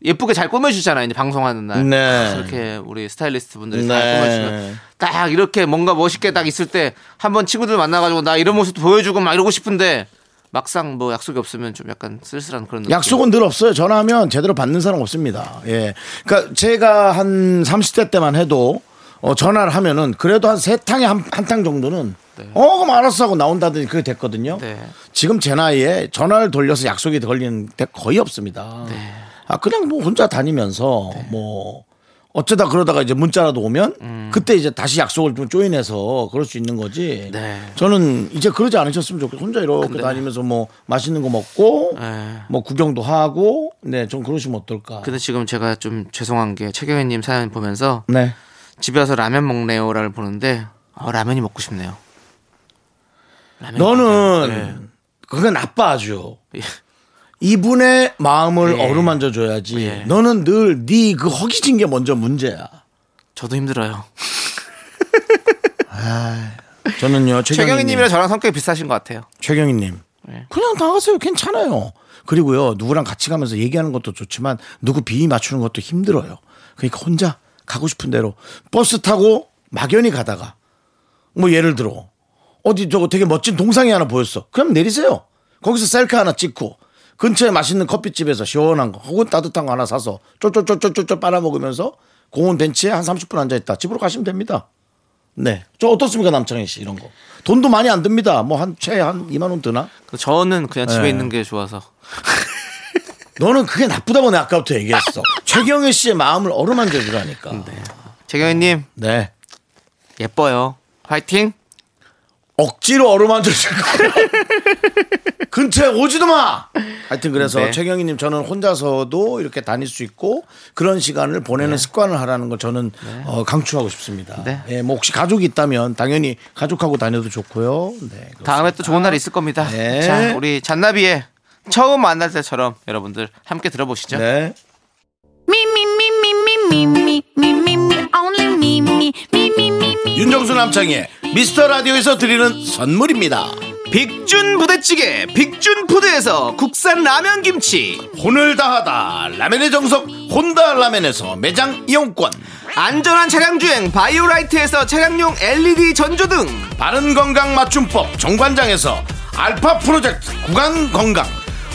Speaker 2: 예쁘게 잘 꾸며주잖아요. 이제 방송하는 날.
Speaker 1: 네.
Speaker 2: 이렇게 우리 스타일리스트 분들이
Speaker 1: 네.
Speaker 2: 잘 꾸며주면 딱 이렇게 뭔가 멋있게 딱 있을 때 한번 친구들 만나가지고 나 이런 모습 보여주고 막 이러고 싶은데 막상 뭐 약속이 없으면 좀 약간 쓸쓸한 그런 느낌.
Speaker 1: 약속은 늘 없어요. 전화하면 제대로 받는 사람 없습니다. 예. 그러니까 제가 한 30대 때만 해도 어, 전화를 하면은 그래도 한 세 탕에 한 한 탕 정도는 어 그럼 알았어 하고 나온다든지 그게 됐거든요.
Speaker 2: 네.
Speaker 1: 지금 제 나이에 전화를 돌려서 약속이
Speaker 2: 네.
Speaker 1: 걸리는 데 거의 없습니다. 아 그냥 뭐 혼자 다니면서 뭐 어쩌다 그러다가 이제 문자라도 오면
Speaker 2: 음.
Speaker 1: 그때 이제 다시 약속을 좀 조인해서 그럴 수 있는 거지.
Speaker 2: 네.
Speaker 1: 저는 이제 그러지 않으셨으면 좋겠어요. 혼자 이렇게 다니면서 뭐 맛있는 거 먹고
Speaker 2: 네.
Speaker 1: 뭐 구경도 하고 네, 좀 그러시면 어떨까.
Speaker 2: 근데 지금 제가 좀 죄송한 게 최경현님 사연 보면서
Speaker 1: 네.
Speaker 2: 집에 와서 라면 먹네요라를 보는데 어, 라면이 먹고 싶네요. 라면이
Speaker 1: 너는
Speaker 2: 네. 먹네요.
Speaker 1: 그건 나빠 아주.
Speaker 2: 예.
Speaker 1: 이분의 마음을
Speaker 2: 예.
Speaker 1: 어루만져 줘야지.
Speaker 2: 예.
Speaker 1: 너는 늘 네 그 허기진 게 먼저 문제야.
Speaker 2: 저도 힘들어요.
Speaker 1: 저는요
Speaker 2: 최경희님이랑
Speaker 1: 최경희님이랑
Speaker 2: 저랑 성격이 비슷하신 것 같아요.
Speaker 1: 최경희님 그냥 나가세요 괜찮아요. 그리고요 누구랑 같이 가면서 얘기하는 것도 좋지만 누구 비위 맞추는 것도 힘들어요. 그러니까 혼자 가고 싶은 대로 버스 타고 막연히 가다가 뭐 예를 들어 어디 저거 되게 멋진 동상이 하나 보였어. 그럼 내리세요. 거기서 셀카 하나 찍고 근처에 맛있는 커피집에서 시원한 거 혹은 따뜻한 거 하나 사서 쫄쫄쫄쫄쫄 빨아먹으면서 공원 벤치에 한 30분 앉아있다. 집으로 가시면 됩니다. 네. 저 어떻습니까 남창희 씨 이런 거. 돈도 많이 안 듭니다. 뭐 한 최 한 2만 원 드나?
Speaker 2: 저는 그냥 집에
Speaker 1: 예.
Speaker 2: 있는 게 좋아서
Speaker 1: 너는 그게 나쁘다고 내가 아까부터 얘기했어. 최경희 씨의 마음을 어루만져 주라니까. 네.
Speaker 2: 최경희님 예뻐요. 화이팅.
Speaker 1: 억지로 어루만져 줄 거야. 근처에 오지도 마. 하여튼 그래서
Speaker 2: 네.
Speaker 1: 최경희 님 저는 혼자서도 이렇게 다닐 수 있고 그런 시간을 보내는 습관을 하라는 걸 저는 어, 강추하고 싶습니다.
Speaker 2: 네.
Speaker 1: 예, 뭐 혹시 가족이 있다면 당연히 가족하고 다녀도 좋고요. 네. 그렇습니다.
Speaker 2: 다음에 또 좋은 날이 있을 겁니다.
Speaker 1: 네.
Speaker 2: 자, 우리 잔나비의 처음 만날 때처럼 여러분들 함께 들어보시죠.
Speaker 1: 네.
Speaker 4: Me, me, me, me, me, me, me, me, me, me, only me, me, me, me, me, me.
Speaker 1: 윤정수 남창의 미스터 라디오에서 드리는 선물입니다.
Speaker 2: 빅준 부대찌개, 빅준 푸드에서 국산 라면 김치,
Speaker 1: 혼을 다하다 라멘의 정석 혼다 라멘에서 매장 이용권
Speaker 2: 안전한 차량 주행 바이오라이트에서 차량용 LED 전조등,
Speaker 1: 바른 건강 맞춤법 정관장에서 알파 프로젝트 구간 건강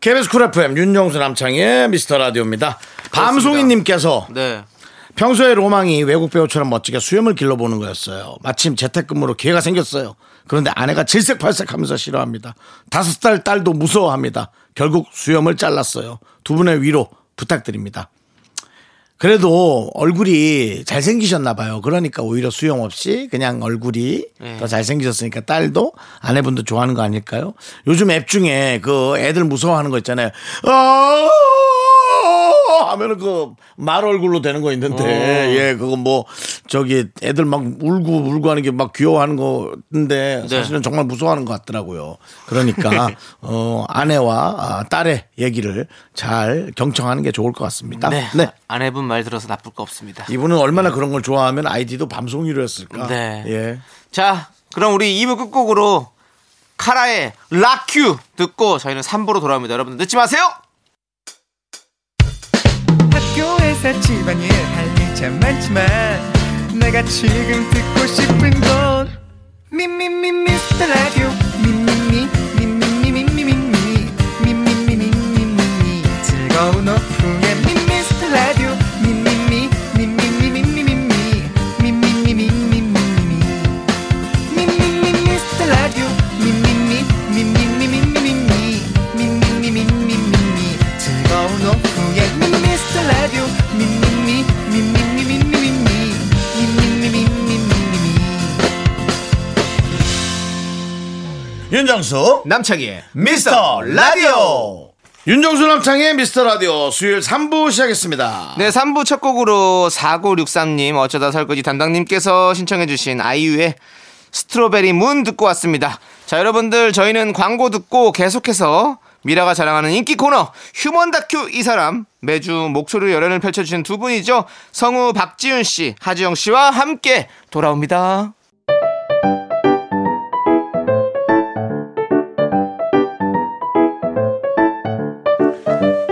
Speaker 1: KBS 쿨 FM 윤정수 남창의 미스터 라디오입니다 밤송이님께서
Speaker 2: 네.
Speaker 1: 평소에 로망이 외국 배우처럼 멋지게 수염을 길러보는 거였어요. 마침 재택근무로 기회가 생겼어요. 그런데 아내가 질색팔색하면서 싫어합니다. 다섯 살 딸도 무서워합니다. 결국 수염을 잘랐어요. 두 분의 위로 부탁드립니다. 그래도 얼굴이 잘생기셨나 봐요. 그러니까 오히려 수염 없이 그냥 얼굴이
Speaker 2: 예.
Speaker 1: 더 잘생기셨으니까 딸도 아내분도 좋아하는 거 아닐까요? 요즘 앱 중에 그 애들 무서워하는 거 있잖아요. 아 하면은 그 말 얼굴로 되는 거 있는데 예 그거 뭐 저기 애들 막 울고 울고 하는 게 막 귀여워하는 거인데 사실은 정말 무서워하는 것 같더라고요. 그러니까 어 아내와 아, 딸의 얘기를 잘 경청하는 게 좋을 것 같습니다.
Speaker 2: 네.
Speaker 1: 네.
Speaker 2: 아내분 말 들어서 나쁠 거 없습니다.
Speaker 1: 아. 이분은 얼마나 그런 걸 좋아하면 아이디도 밤송이로 했을까?
Speaker 2: 네.
Speaker 1: 예.
Speaker 2: 자, 그럼 우리 2부 끝곡으로 카라의 락큐 듣고 저희는 3부로 돌아옵니다. 여러분 늦지 마세요.
Speaker 5: 학교에서 집안일 할 일 참 많지만 내가 지금 듣고 싶은 건 미미미 미스터 라디오 미미미 미미미미미미 미미미미미미 즐거운 오후에 미스터 라디오 미미미 미미미미미미 미미미미미미 미미미 미스터 라디오 미미미 미미미미미미 미미미미미미 즐거운 오후에 미스터 라디오 미미미 미미미미미미 미미미미미미
Speaker 1: 윤정수
Speaker 2: 남창희의
Speaker 1: 미스터 라디오. 윤정수 남창의 미스터 라디오 수요일 3부 시작했습니다.
Speaker 2: 네, 3부 첫 곡으로 4963님 어쩌다 설거지 담당님께서 신청해 주신 아이유의 스트로베리 문 듣고 왔습니다. 자, 여러분들 저희는 광고 듣고 계속해서 미라가 자랑하는 인기 코너 휴먼 다큐 이 사람 매주 목소리로 열연을 펼쳐주신 두 분이죠. 성우 박지윤 씨, 하지영 씨와 함께 돌아옵니다.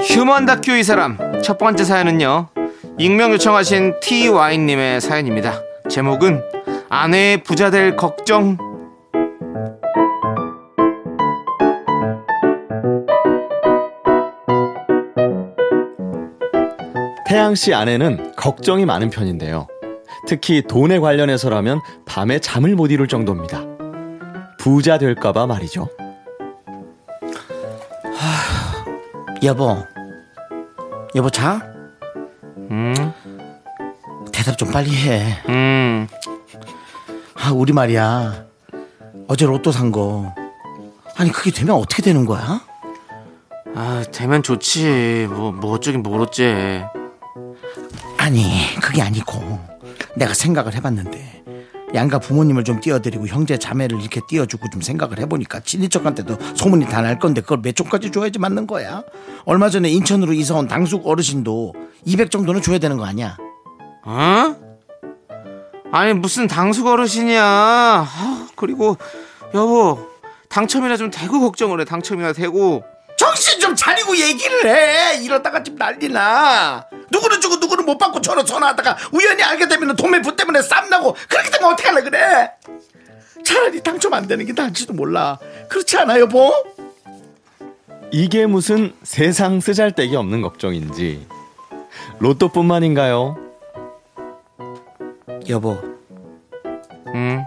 Speaker 2: 휴먼 다큐 이 사람 첫 번째 사연은요. 익명 요청하신 TY님의 사연입니다. 제목은 아내의 부자 될 걱정.
Speaker 6: 태양 씨 아내는 걱정이 많은 편인데요. 특히 돈에 관련해서라면 밤에 잠을 못 이룰 정도입니다. 부자 될까봐 말이죠.
Speaker 1: 네. 여보, 여보 자
Speaker 2: 음,
Speaker 1: 대답 좀 빨리 해.
Speaker 2: 음,
Speaker 1: 아, 우리 말이야. 어제 로또 산 거. 아니, 그게 되면 어떻게 되는 거야?
Speaker 2: 아, 되면 좋지. 뭐, 뭐 어쩌긴 뭘 어째.
Speaker 1: 아니, 그게 아니고. 내가 생각을 해봤는데. 양가 부모님을 좀 띄워드리고 형제 자매를 이렇게 띄워주고 좀 생각을 해보니까 친인척한테도 소문이 다 날 건데 그걸 몇 조까지 줘야지 맞는 거야? 얼마 전에 인천으로 이사 온 당숙 어르신도 200 정도는 줘야 되는 거 아니야?
Speaker 2: 어? 아니 무슨 당숙 어르신이야. 아, 그리고 여보 당첨이나 좀 되고 걱정을 해. 당첨이나 되고.
Speaker 1: 정신 좀 차리고 얘기를 해. 이러다가 지금 난리나. 누구는 주고 누구는 못 받고 저러 전화하다가 우연히 알게 되면 도매부 때문에 쌈나고 그렇게 되면 어떡하려 그래. 차라리 당첨 안 되는 게 나을지도 몰라. 그렇지 않아 여보?
Speaker 6: 이게 무슨 세상 쓰잘데기 없는 걱정인지. 로또뿐만인가요?
Speaker 1: 여보
Speaker 2: 응.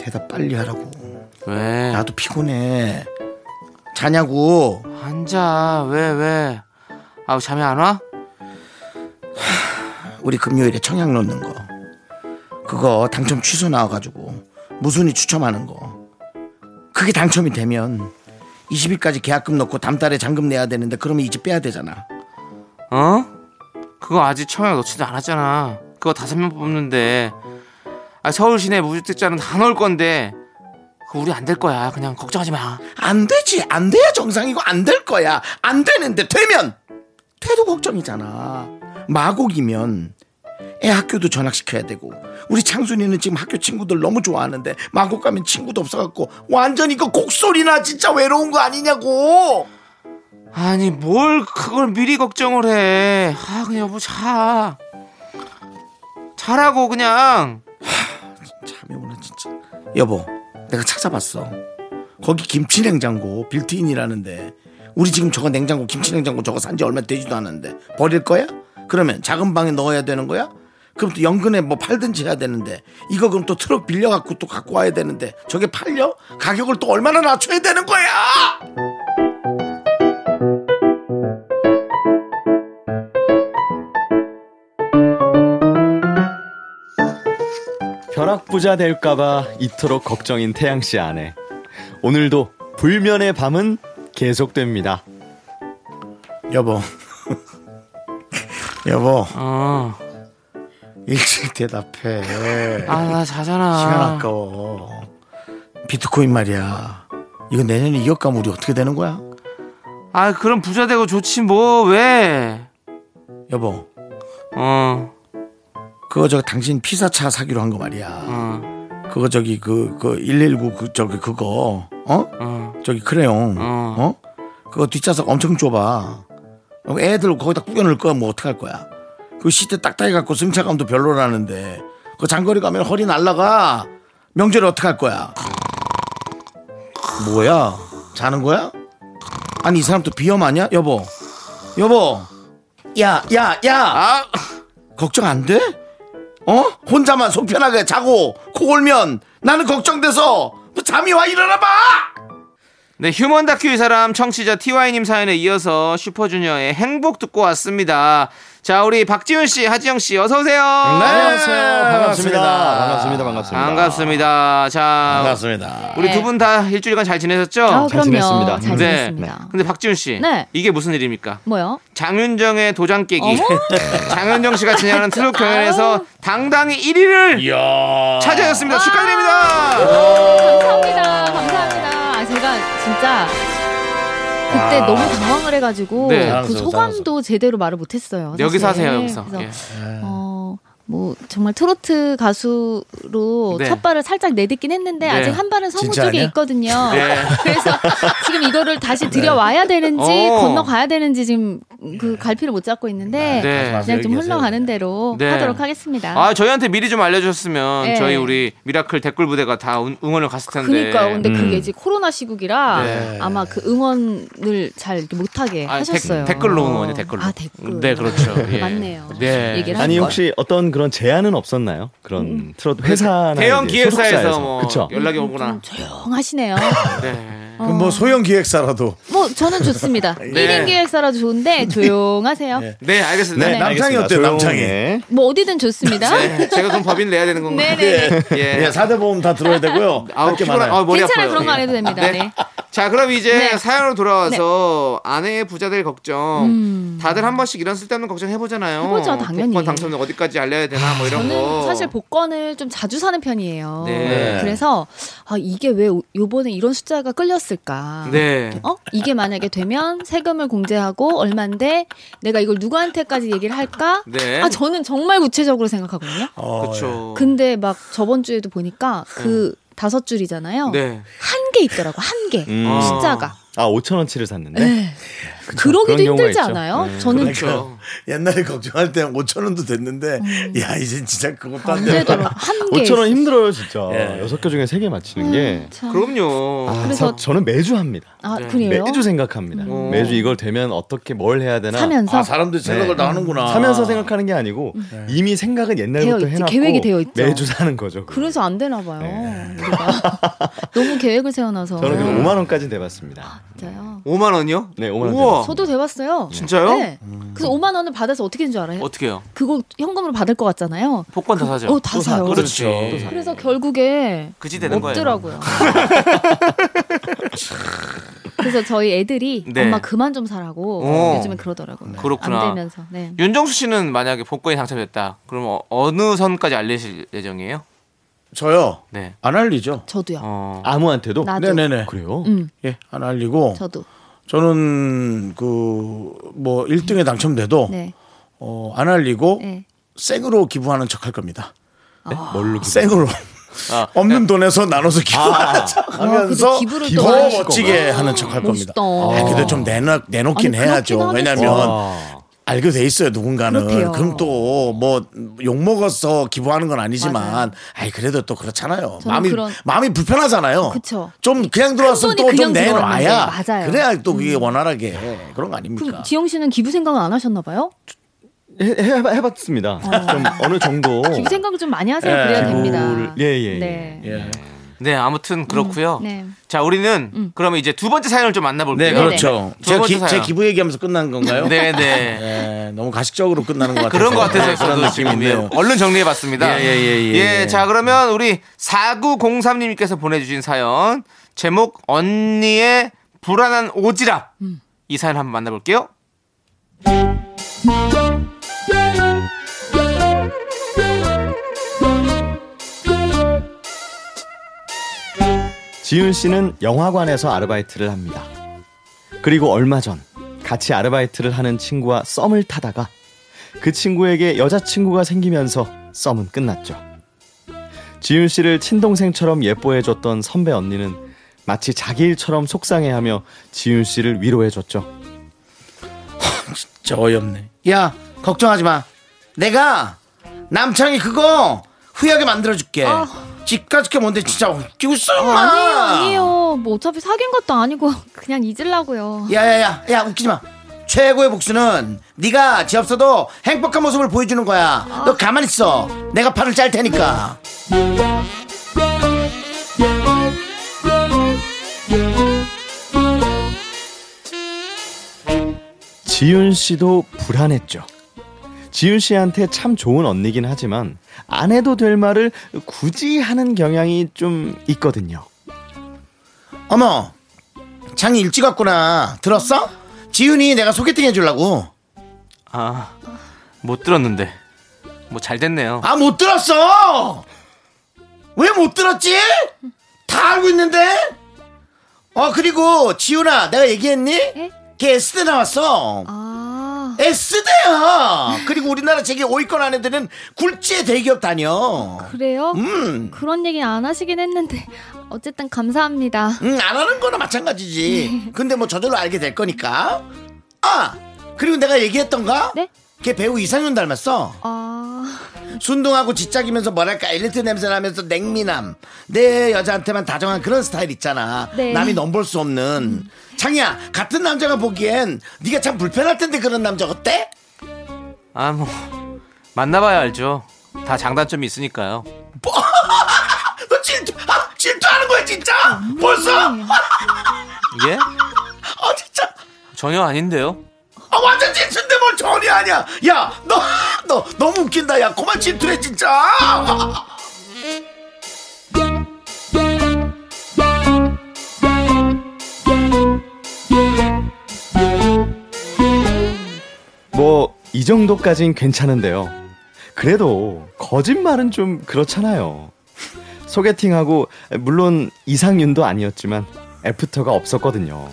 Speaker 1: 대답 빨리 하라고.
Speaker 2: 왜?
Speaker 1: 나도 피곤해. 자냐고.
Speaker 2: 앉아. 왜 왜? 아우 잠이 안 와?
Speaker 1: 우리 금요일에 청약 넣는 거. 그거 당첨 취소 나와가지고 무순이 추첨하는 거. 그게 당첨이 되면 20일까지 계약금 넣고 다음 달에 잔금 내야 되는데 그러면 이제 빼야 되잖아.
Speaker 2: 어? 그거 아직 청약 넣지도 않았잖아. 그거 다섯 명 뽑는데. 아 서울 시내 무주택자는 다 넣을 건데. 그거 우리 안 될 거야. 그냥 걱정하지 마.
Speaker 1: 안 되지. 안 돼야 정상이고 안 될 거야. 안 되는데 되면 돼도 걱정이잖아. 마곡이면 애 학교도 전학시켜야 되고 우리 창순이는 지금 학교 친구들 너무 좋아하는데 마곡 가면 친구도 없어갖고 완전 이거 곡소리나 진짜 외로운 거 아니냐고.
Speaker 2: 아니 뭘 그걸 미리 걱정을 해. 아 그냥 여보 자. 자라고 그냥.
Speaker 1: 참이 오나 진짜. 여보, 내가 찾아봤어. 거기 김치 냉장고 빌트인이라는데 우리 지금 저거 냉장고 김치 냉장고 저거 산 지 얼마 되지도 않았는데 버릴 거야? 그러면 작은 방에 넣어야 되는 거야? 그럼 또 연근에 뭐 팔든지 해야 되는데 이거 그럼 또 트럭 빌려 갖고 또 갖고 와야 되는데 저게 팔려? 가격을 또 얼마나 낮춰야 되는 거야?
Speaker 6: 벼락부자 될까봐 이토록 걱정인 태양 씨 아내. 오늘도 불면의 밤은 계속됩니다.
Speaker 1: 여보. 여보,
Speaker 2: 어.
Speaker 1: 일찍 대답해.
Speaker 2: 아 나 자잖아.
Speaker 1: 시간 아까워. 비트코인 말이야. 이거 내년에 이억 가면 우리 어떻게 되는 거야?
Speaker 2: 아 그럼 부자 되고 좋지 뭐 왜?
Speaker 1: 여보,
Speaker 2: 어.
Speaker 1: 그거 저 당신 피사차 사기로 한 거 말이야.
Speaker 2: 어.
Speaker 1: 그거 저기 그, 그 119, 그, 저기 그거, 어?
Speaker 2: 어.
Speaker 1: 저기 크레용,
Speaker 2: 어.
Speaker 1: 어? 그거 뒷좌석 엄청 좁아. 어, 애들 거기다 꾸겨넣을 거야, 뭐 어떡할 거야. 그 시트 딱딱해 갖고 승차감도 별로라는데. 그 장거리 가면 허리 날라가. 명절에 어떡할 거야. 뭐야? 자는 거야? 아니, 이 사람 또 비염 아니야? 여보. 여보. 야, 야, 야.
Speaker 2: 아.
Speaker 1: 걱정 안 돼? 어? 혼자만 속 편하게 자고 코 골면 나는 걱정돼서 뭐 잠이 와 일어나 봐.
Speaker 2: 네, 휴먼 다큐 이 사람 청취자 TY님 사연에 이어서 슈퍼주니어의 행복 듣고 왔습니다. 자, 우리 박지훈 씨, 하지영 씨, 어서 오세요.
Speaker 1: 안녕하세요. 네. 아, 반갑습니다.
Speaker 6: 반갑습니다. 반갑습니다.
Speaker 2: 반갑습니다. 자,
Speaker 1: 반갑습니다.
Speaker 2: 우리 두 분 다 일주일간 잘 지내셨죠?
Speaker 7: 네. 아,
Speaker 6: 잘
Speaker 7: 그럼요.
Speaker 6: 지냈습니다.
Speaker 7: 잘
Speaker 6: 네.
Speaker 7: 지냈습니다.
Speaker 2: 근데 박지훈 씨,
Speaker 7: 네.
Speaker 2: 이게 무슨 일입니까?
Speaker 7: 뭐요?
Speaker 2: 장윤정의 도장 깨기.
Speaker 7: 어머?
Speaker 2: 장윤정 씨가 진행하는 트롯 경연에서 당당히 1위를
Speaker 8: 아.
Speaker 2: 차지하셨습니다. 축하드립니다.
Speaker 7: 감사합니다. 감사합니다. 아, 제가 진짜 그때 너무 당황을 해가지고
Speaker 2: 아. 네.
Speaker 7: 그
Speaker 1: 당황스러워,
Speaker 7: 소감도 제대로 말을 못했어요. 사실. 네,
Speaker 2: 여기서 하세요, 여기서.
Speaker 8: 네,
Speaker 7: 그래서,
Speaker 2: 예.
Speaker 7: 어, 뭐 정말 트로트 가수로
Speaker 2: 네.
Speaker 7: 첫 발을 살짝 내딛긴 했는데
Speaker 2: 네.
Speaker 7: 아직 한 발은 성우
Speaker 1: 진짜
Speaker 7: 쪽에
Speaker 1: 아니야?
Speaker 7: 있거든요.
Speaker 2: 네.
Speaker 7: 그래서 지금 이거를 다시 들여와야 되는지
Speaker 2: 어.
Speaker 7: 건너가야 되는지 지금
Speaker 8: 그 갈피를 못 잡고 있는데
Speaker 2: 네.
Speaker 1: 가지 마세요.
Speaker 8: 그냥 좀
Speaker 1: 얘기하세요.
Speaker 8: 흘러가는 대로
Speaker 2: 네.
Speaker 8: 하도록 하겠습니다.
Speaker 2: 아 저희한테 미리 좀 알려주셨으면
Speaker 8: 네.
Speaker 2: 저희 우리 미라클 댓글 부대가 다 응- 응원을 갔을 텐데.
Speaker 8: 그니까요. 근데 그게
Speaker 1: 음.
Speaker 8: 이제 코로나 시국이라
Speaker 2: 네.
Speaker 8: 아마 그 응원을 잘 이렇게 못하게
Speaker 2: 아니,
Speaker 8: 하셨어요.
Speaker 2: 댓- 댓글로 응원해 댓글로.
Speaker 8: 아, 댓글.
Speaker 2: 네 그렇죠. 예.
Speaker 8: 맞네요.
Speaker 2: 네.
Speaker 8: 얘기를
Speaker 6: 아니
Speaker 8: 한
Speaker 6: 혹시 어떤 그런 제안은 없었나요? 그런 트롯 회사나
Speaker 2: 그 대형
Speaker 6: 이제 소속사에서.
Speaker 2: 기획사에서 뭐
Speaker 6: 그쵸?
Speaker 2: 연락이
Speaker 8: 음.
Speaker 2: 오거나.
Speaker 8: 조용하시네요.
Speaker 2: 네.
Speaker 1: 그럼 뭐 소형 기획사라도
Speaker 8: 뭐 저는 좋습니다. 일 1인 기획사라도 좋은데 조용하세요.
Speaker 1: 네.
Speaker 2: 네 알겠습니다.
Speaker 6: 네,
Speaker 2: 네,
Speaker 1: 남창이
Speaker 6: 알겠습니다. 네.
Speaker 1: 어때요, 남창이?
Speaker 6: 조용해.
Speaker 8: 뭐 어디든 좋습니다.
Speaker 2: 알겠습니다. 네, 제가 그럼 법인 내야 되는 건가요?
Speaker 8: 네네.
Speaker 2: 예.
Speaker 1: 예, 사대 보험 다 들어야 되고요.
Speaker 2: 아우
Speaker 1: 할게
Speaker 2: 피곤해.
Speaker 1: 많아요.
Speaker 2: 아, 머리
Speaker 8: 괜찮아요.
Speaker 2: 아파요.
Speaker 8: 그런 거 안 해도 됩니다.
Speaker 2: 네.
Speaker 8: 네.
Speaker 2: 자, 그럼 이제
Speaker 8: 네.
Speaker 2: 사연으로 돌아와서 아내의 부자 될 걱정.
Speaker 8: 음.
Speaker 2: 다들 한 번씩 이런 쓸데없는 걱정 해보잖아요.
Speaker 8: 해보죠, 당연히.
Speaker 2: 복권 당첨자 어디까지 알려야 되나 뭐 이런
Speaker 8: 저는
Speaker 2: 거.
Speaker 8: 사실 복권을 좀 자주 사는 편이에요.
Speaker 2: 네.
Speaker 8: 그래서 아, 이게 왜 오- 요번에 이런 숫자가 끌렸을까?
Speaker 2: 네.
Speaker 8: 어? 이게 만약에 되면 세금을 공제하고 얼만데 내가 이걸 누구한테까지 얘기를 할까?
Speaker 2: 네.
Speaker 8: 아, 저는 정말 구체적으로 생각하거든요.
Speaker 1: 어, 예.
Speaker 2: 그렇죠.
Speaker 8: 근데 막 저번 주에도 보니까 그 다섯 줄이잖아요.
Speaker 2: 네.
Speaker 8: 한 개 있더라고, 한 개.
Speaker 6: 음.
Speaker 2: 아.
Speaker 8: 숫자가.
Speaker 6: 아 5천 원치를 샀는데
Speaker 8: 네. 그러기도
Speaker 6: 그런 경우가
Speaker 8: 힘들지
Speaker 6: 있죠.
Speaker 8: 않아요? 저는
Speaker 1: 그러니까
Speaker 2: 그렇죠.
Speaker 1: 예. 옛날에 걱정할 때 5천 원도 됐는데,
Speaker 8: 음.
Speaker 1: 야 이젠 진짜 그것도 안
Speaker 8: 안
Speaker 1: 돼.
Speaker 8: 되더라고. 한 개.
Speaker 6: 5천 원 힘들어요 진짜.
Speaker 1: 예.
Speaker 6: 여섯 개 중에 세 개 맞히는 게.
Speaker 8: 참.
Speaker 2: 그럼요.
Speaker 6: 아,
Speaker 8: 그래서-
Speaker 6: 사- 저는 매주 합니다.
Speaker 8: 음, 아,
Speaker 2: 네.
Speaker 8: 그래요?
Speaker 6: 매주 생각합니다.
Speaker 2: 음.
Speaker 6: 매주 이걸 되면 어떻게 뭘 해야 되나
Speaker 8: 사면서 음.
Speaker 1: 아, 사람들이 생각을 다 하는구나.
Speaker 6: 사면서 생각하는 게 아니고 네. 이미 생각은 옛날부터
Speaker 8: 되어 있지,
Speaker 6: 해놨고
Speaker 8: 계획이 되어 있죠.
Speaker 6: 매주 사는 거죠. 그거.
Speaker 8: 그래서 안 되나 봐요.
Speaker 6: 네.
Speaker 8: 우리가 너무 계획을 세워놔서.
Speaker 6: 저는 그래서 5만 원까지 돼봤습니다.
Speaker 8: 진짜요.
Speaker 2: 5만 원이요?
Speaker 6: 네, 5만 원
Speaker 2: 우와.
Speaker 8: 저도 돼봤어요.
Speaker 2: 진짜요?
Speaker 8: 네. 그래서 5만 원을 받아서 어떻게 된 줄 알아요?
Speaker 2: 어떻게요?
Speaker 8: 그거 현금으로 받을 것 같잖아요.
Speaker 2: 복권 다 사죠.
Speaker 8: 어, 다 사요.
Speaker 2: 그렇지.
Speaker 8: 그래서 결국에
Speaker 2: 그지 되는 거예요.
Speaker 8: 없더라고요. 그래서 저희 애들이
Speaker 2: 네.
Speaker 8: 엄마 그만 좀 사라고
Speaker 2: 오.
Speaker 8: 요즘에 그러더라고요.
Speaker 2: 그렇구나.
Speaker 8: 안 되면서. 네.
Speaker 2: 윤정수 씨는 만약에 복권이 당첨됐다. 그럼 어, 어느 선까지 알리실 예정이에요?
Speaker 1: 저요.
Speaker 2: 네.
Speaker 1: 안 알리죠.
Speaker 8: 저도요.
Speaker 2: 어.
Speaker 6: 아무한테도
Speaker 8: 나도.
Speaker 1: 네네네.
Speaker 6: 그래요.
Speaker 8: 음,
Speaker 1: 예, 안 알리고
Speaker 8: 저도.
Speaker 1: 저는 그 뭐 1등에 당첨돼도
Speaker 8: 네.
Speaker 1: 어, 안 알리고
Speaker 8: 네.
Speaker 1: 생으로 기부하는 척 할 겁니다.
Speaker 6: 뭘로 기부?
Speaker 1: 생으로
Speaker 2: 아,
Speaker 1: 없는 돈에서 나눠서 기부하는
Speaker 6: 아.
Speaker 1: 척하면서
Speaker 8: 예. 아, 그래도 기부를 또
Speaker 1: 더
Speaker 8: 하실
Speaker 1: 멋지게 하는 척 할 겁니다.
Speaker 8: 멋있다.
Speaker 1: 아, 근데 좀 내놔, 내놓긴
Speaker 8: 아니,
Speaker 1: 해야죠.
Speaker 8: 그렇긴 하겠다.
Speaker 1: 왜냐면
Speaker 6: 와.
Speaker 1: 알게 돼 있어요 누군가는
Speaker 8: 그렇대요.
Speaker 1: 그럼 또 뭐 욕 먹어서 기부하는 건 아니지만 아이 그래도 또 그렇잖아요
Speaker 8: 저는
Speaker 1: 마음이
Speaker 8: 그런-
Speaker 1: 마음이 불편하잖아요
Speaker 8: 그쵸.
Speaker 1: 좀 그냥 들어왔으면
Speaker 8: 큰
Speaker 1: 또
Speaker 8: 돈이
Speaker 1: 좀
Speaker 8: 그냥
Speaker 1: 내놔야
Speaker 8: 들어왔는데, 맞아요. 음.
Speaker 1: 그래야 또 그게 원활하게 그런 거 아닙니까
Speaker 8: 그럼 지영 씨는 기부 생각은 안 하셨나 봐요?
Speaker 6: 해, 해, 해봤습니다. 좀 어느 정도.
Speaker 8: 아. 기부 생각을 좀 많이 하세요.
Speaker 1: 예,
Speaker 8: 그래야
Speaker 6: 기부를-
Speaker 8: 됩니다.
Speaker 6: 예, 예, 예.
Speaker 8: 네.
Speaker 1: 예.
Speaker 2: 네, 아무튼 그렇고요.
Speaker 8: 네.
Speaker 2: 자, 우리는 그러면 이제 두 번째 사연을 좀
Speaker 1: 네
Speaker 2: 만나볼게요.
Speaker 1: 그렇죠
Speaker 2: 두
Speaker 1: 제가
Speaker 2: 번째
Speaker 1: 기,
Speaker 2: 사연.
Speaker 1: 제 기부 얘기하면서 끝난 건가요?
Speaker 2: 네, 네.
Speaker 1: 예, 너무 가식적으로 끝나는 것 같아서
Speaker 2: 그런 것 같아서
Speaker 1: 네, 그런
Speaker 2: 저도 지금
Speaker 1: 느낌인데요
Speaker 2: 얼른 정리해봤습니다.
Speaker 1: 예, 예, 예, 예.
Speaker 2: 예, 자 그러면 우리 4903님께서 보내주신 사연 제목 언니의 불안한 오지랖 이 사연 한번 만나볼게요.
Speaker 6: 지윤 씨는 영화관에서 아르바이트를 합니다. 그리고 얼마 전 같이 아르바이트를 하는 친구와 썸을 타다가 그 친구에게 여자친구가 생기면서 썸은 끝났죠. 지윤 씨를 친동생처럼 예뻐해줬던 선배 언니는 마치 자기 일처럼 속상해하며 지윤 씨를 위로해줬죠.
Speaker 1: 진짜 어이없네 야 걱정하지 마 내가 남창이 그거 후회하게 만들어줄게 집까지게 뭔데 진짜 웃기고 있어 엄마.
Speaker 8: 아. 아니에요, 아니에요. 뭐 어차피 사귄 것도 아니고 그냥 잊으려고요.
Speaker 1: 야야야 야 웃기지 마 최고의 복수는 네가 지 없어도 행복한 모습을 보여주는 거야 너 가만히 있어 내가 팔을 짤 테니까
Speaker 6: 지윤 씨도 불안했죠. 지윤 씨한테 참 좋은 언니긴 하지만 안 해도 될 말을 굳이 하는 경향이 좀 있거든요.
Speaker 1: 어머 장이 일찍 왔구나 들었어? 지훈이 내가 소개팅 해주려고
Speaker 2: 아 못 들었는데 뭐 잘 됐네요.
Speaker 1: 아 못 들었어 왜 못 들었지? 다 알고 있는데 어 그리고 지훈아 내가 얘기했니? 걔 S대 나왔어
Speaker 8: 아,
Speaker 1: S대야 그리고 우리나라 제게 5위권 안에 드는 굴지의 대기업 다녀
Speaker 8: 그래요?
Speaker 1: 음,
Speaker 8: 그런 얘기 안 하시긴 했는데 어쨌든 감사합니다.
Speaker 1: 음, 안 하는 거나 마찬가지지. 근데 뭐 저절로 알게 될 거니까. 아, 그리고 내가 얘기했던가?
Speaker 8: 네?
Speaker 1: 걔 배우 이상윤 닮았어.
Speaker 8: 아,
Speaker 1: 순둥하고 지짝이면서 뭐랄까 엘리트 냄새 나면서 냉미남. 내 여자한테만 다정한 그런 스타일 있잖아.
Speaker 8: 네.
Speaker 1: 남이 넘볼 수 없는. 창이야 같은 남자가 보기엔 네가 참 불편할 텐데 그런 남자 어때?
Speaker 2: 아 뭐 만나봐야 알죠. 다 장단점이 있으니까요.
Speaker 1: 너 질투 아 질투하는 거야 진짜? 벌써?
Speaker 2: 예?
Speaker 1: 아 진짜?
Speaker 2: 전혀 아닌데요.
Speaker 1: 아 완전 질투인데 뭘 전혀 아니야. 야 너 너 너무 웃긴다. 야 그만 질투해 진짜.
Speaker 6: 뭐 이 정도까진 괜찮은데요. 그래도 거짓말은 좀 그렇잖아요. 소개팅하고 물론 이상윤도 아니었지만 애프터가 없었거든요.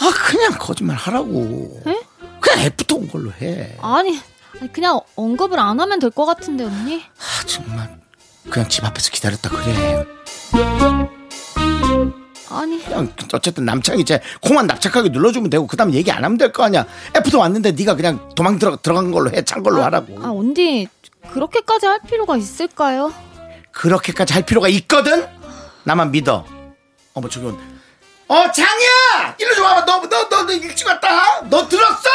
Speaker 1: 아 그냥 거짓말 하라고. 그냥 애프터 온 걸로 해.
Speaker 8: 아니, 아니, 그냥 언급을 안 하면 될 것 같은데 언니.
Speaker 1: 아, 정말 그냥 집 앞에서 기다렸다 그래.
Speaker 8: 아니,
Speaker 1: 그냥 어쨌든 남창이 이제 코만 납작하게 눌러주면 되고 그다음 얘기 안 하면 될 거 아니야. 애프터 왔는데 네가 그냥 도망 들어 들어간 걸로 해, 찬 걸로 하라고.
Speaker 8: 아 언니 그렇게까지 할 필요가 있을까요?
Speaker 1: 그렇게까지 할 필요가 있거든. 나만 믿어. 어머 저기 온. 어 장이야, 일로 좀 와봐. 너너너 너, 너 일찍 왔다. 너 들었어?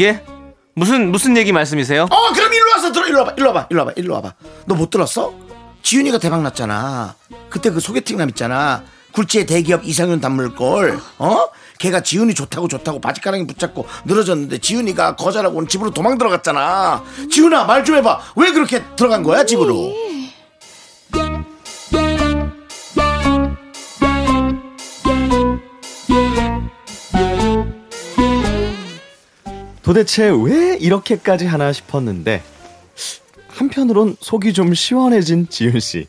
Speaker 2: 예? 무슨 무슨 얘기 말씀이세요?
Speaker 1: 어 그럼 일로 와서 들어. 일로 와봐. 일로 와봐. 일로 와봐. 일로 와봐. 너 못 들었어? 지윤이가 대박 났잖아. 그때 그 소개팅남 있잖아. 굴지의 대기업 이상윤 단물걸. 어? 걔가 지윤이 좋다고 좋다고 바지가랑이 붙잡고 늘어졌는데 지윤이가 거절하고 오늘 집으로 도망 들어갔잖아. 지윤아 말 좀 해봐. 왜 그렇게 들어간 거야 집으로?
Speaker 6: 도대체 왜 이렇게까지 하나 싶었는데 한편으론 속이 좀 시원해진 지윤 씨.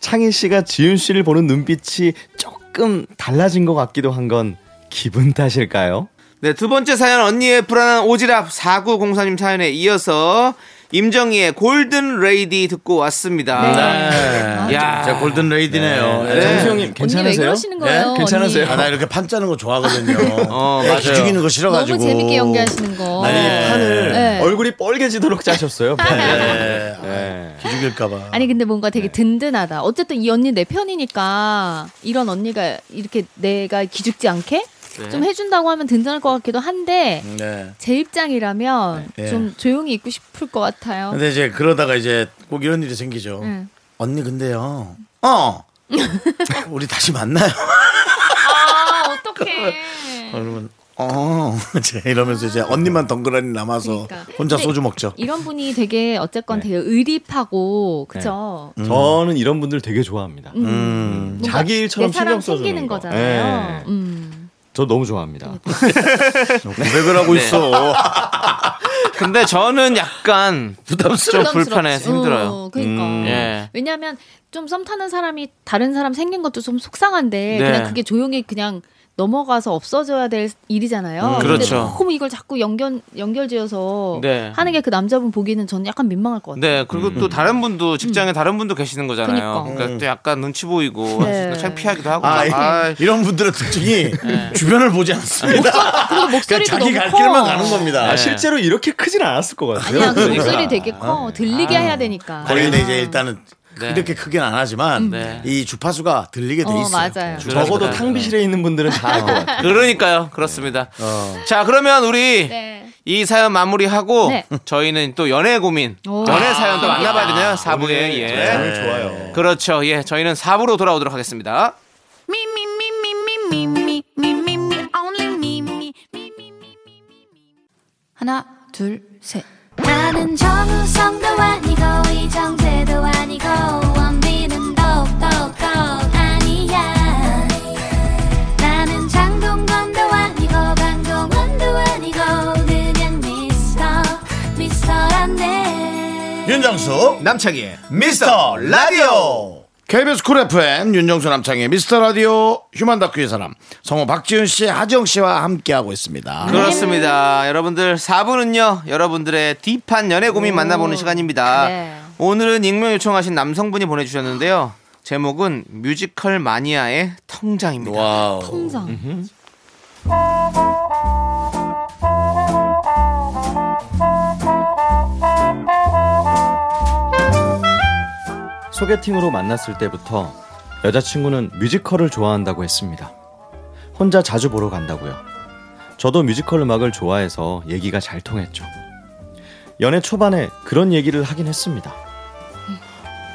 Speaker 6: 창희 씨가 지윤 씨를 보는 눈빛이 조금 달라진 것 같기도 한 건 기분 탓일까요?
Speaker 2: 네, 두 번째 사연 언니의 불안한 오지랖 4904님 사연에 이어서 임정희의 골든 레이디 듣고
Speaker 1: 아,
Speaker 2: 왔습니다.
Speaker 8: 네.
Speaker 1: 네.
Speaker 2: 야,
Speaker 1: 자 골든 레이디네요.
Speaker 2: 네. 정수
Speaker 6: 형님
Speaker 8: 언니 왜 아, 그러시는 거예요?
Speaker 6: 네? 괜찮으세요?
Speaker 8: 언니?
Speaker 1: 아, 나 이렇게 판 짜는 거 좋아하거든요. 네,
Speaker 2: 어,
Speaker 1: 애기
Speaker 2: 맞아요.
Speaker 1: 죽이는 거 싫어가지고.
Speaker 8: 너무 재밌게 연기하시는 거.
Speaker 1: 아니, 판을
Speaker 8: 네.
Speaker 6: 얼굴이 뻘개지도록 짜셨어요. 네.
Speaker 1: 네. 기죽일까봐.
Speaker 8: 아니 근데 뭔가
Speaker 1: 네.
Speaker 8: 되게 든든하다. 어쨌든 이 언니 내 편이니까 이런 언니가 이렇게 내가 기죽지 않게 좀 해준다고 하면 든든할 것 같기도 한데
Speaker 1: 네.
Speaker 8: 제 입장이라면
Speaker 1: 네.
Speaker 8: 좀 조용히 있고 싶을 것 같아요. 네.
Speaker 1: 근데 이제 그러다가 이제 꼭 이런 일이 생기죠.
Speaker 8: 어? 응.
Speaker 1: 언니 근데요. 어. 우리 다시 만나요.
Speaker 8: 아 어떡해.
Speaker 1: 그러면 어. 이제 이러면서 이제 언니만 덩그러니 남아서
Speaker 8: 그러니까.
Speaker 1: 혼자
Speaker 8: 근데
Speaker 1: 소주 먹죠.
Speaker 8: 이런 분이 되게 어쨌건 되게 의립하고 그죠.
Speaker 6: 네. 음. 저는 이런 분들 되게 좋아합니다.
Speaker 1: 음.
Speaker 8: 뭔가
Speaker 6: 자기 일처럼
Speaker 8: 내
Speaker 6: 신경
Speaker 8: 사랑
Speaker 6: 써주는
Speaker 8: 챙기는
Speaker 6: 거.
Speaker 8: 거잖아요.
Speaker 6: 네.
Speaker 8: 음.
Speaker 6: 저 너무 좋아합니다.
Speaker 1: 고백을 하고 있어.
Speaker 2: 근데 저는 약간 좀
Speaker 1: 부담스러워.
Speaker 2: 불편해서 힘들어요.
Speaker 8: 어, 그러니까.
Speaker 2: 예.
Speaker 8: 왜냐하면 좀 썸 타는 사람이 다른 사람 생긴 것도 좀 속상한데
Speaker 2: 네.
Speaker 8: 그냥 그게 조용히 그냥 넘어가서 없어져야 될 일이잖아요. 근데
Speaker 2: 그렇죠.
Speaker 8: 너무 이걸 자꾸 연결 연결지어서
Speaker 2: 네.
Speaker 8: 하는 게 그 남자분 보기에는 저는 약간 민망할 것 같아요.
Speaker 2: 네, 그리고 또 다른 분도 직장에 다른 분도 계시는 거잖아요.
Speaker 8: 그니까.
Speaker 2: 그러니까 또 약간 눈치 보이고
Speaker 8: 네.
Speaker 2: 창피하기도 하고.
Speaker 1: 아,
Speaker 2: 아,
Speaker 1: 이- 네.
Speaker 2: 아,
Speaker 1: 이런 분들의 특징이 주변을 보지 않습니다. 그러니까
Speaker 8: 그리고 목소리도
Speaker 1: 자기
Speaker 8: 너무
Speaker 1: 갈
Speaker 8: 커.
Speaker 1: 길만 가는 겁니다.
Speaker 6: 아,
Speaker 2: 네.
Speaker 6: 실제로 이렇게 크진 않았을 것 같아요.
Speaker 8: 그냥 그
Speaker 2: 그러니까.
Speaker 8: 목소리 되게 커 들리게 해야 되니까.
Speaker 1: 아니 근데 이제 일단은
Speaker 2: 네.
Speaker 1: 그렇게 크긴 안 하지만
Speaker 2: 네.
Speaker 1: 이 주파수가 들리게 돼
Speaker 8: 어,
Speaker 1: 있어요.
Speaker 8: 맞아요.
Speaker 1: 주파수가.
Speaker 6: 적어도 탕비실에 있는 분들은 다 알 것 같아요.
Speaker 2: 그러니까요. 그렇습니다.
Speaker 1: 어.
Speaker 2: 자, 그러면 우리
Speaker 8: 네.
Speaker 2: 이 사연 마무리하고
Speaker 8: 네.
Speaker 2: 저희는 또 연애 고민,
Speaker 8: 오.
Speaker 2: 연애 사연 또 만나봐야 되나요? 4부에. 예.
Speaker 1: 네.
Speaker 6: 저는 좋아요.
Speaker 2: 그렇죠. 예. 저희는 4부로 돌아오도록 하겠습니다.
Speaker 9: Me, me, me, me, me, me, me, me, me, me, only me, me, me, me, me.
Speaker 7: 나는 정우성도 아니고 이정재도 아니고 원빈은 더욱더 아니야 나는 장동건도 아니고 강동원도 아니고 그냥 미스터 미스터란데
Speaker 1: 윤정수 남창희의 미스터 라디오 KBS 쿨 FM 윤정수 남창희의 미스터 라디오 휴먼 다큐의 사람 성우 박지윤 씨 하지영 씨와 함께하고 있습니다
Speaker 2: 그렇습니다. 여러분들 4부는요. 여러분들의 딥한 연애 고민 만나보는 시간입니다.
Speaker 8: 네.
Speaker 2: 오늘은 익명 요청하신 남성분이 보내주셨는데요. 제목은
Speaker 1: 어.
Speaker 2: 뮤지컬 마니아의 통장입니다.
Speaker 1: 와우
Speaker 8: 통장.
Speaker 6: 소개팅으로 만났을 때부터 여자친구는 뮤지컬을 좋아한다고 했습니다. 혼자 자주 보러 간다고요. 저도 뮤지컬 음악을 좋아해서 얘기가 잘 통했죠. 연애 초반에 그런 얘기를 하긴 했습니다.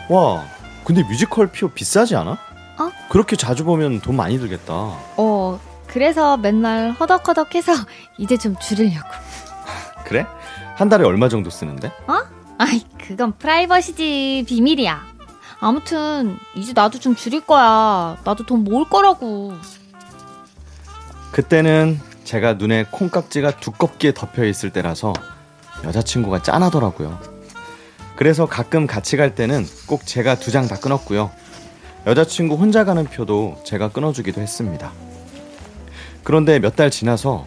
Speaker 6: 와, 근데 뮤지컬 표 비싸지 않아?
Speaker 8: 음. 어?
Speaker 6: 그렇게 자주 보면 돈 많이 들겠다.
Speaker 8: 어, 그래서 맨날 허덕허덕해서 이제 좀 줄이려고.
Speaker 6: 그래? 한 달에 얼마 정도 쓰는데?
Speaker 8: 어? 아이, 그건 프라이버시지 비밀이야.
Speaker 7: 아무튼 이제 나도 좀 줄일 거야. 나도 돈 모을 거라고.
Speaker 6: 그때는 제가 눈에 콩깍지가 두껍게 덮여 있을 때라서 여자친구가 짠하더라고요. 그래서 가끔 같이 갈 때는 꼭 제가 두 장 다 끊었고요. 여자친구 혼자 가는 표도 제가 끊어주기도 했습니다. 그런데 몇 달 지나서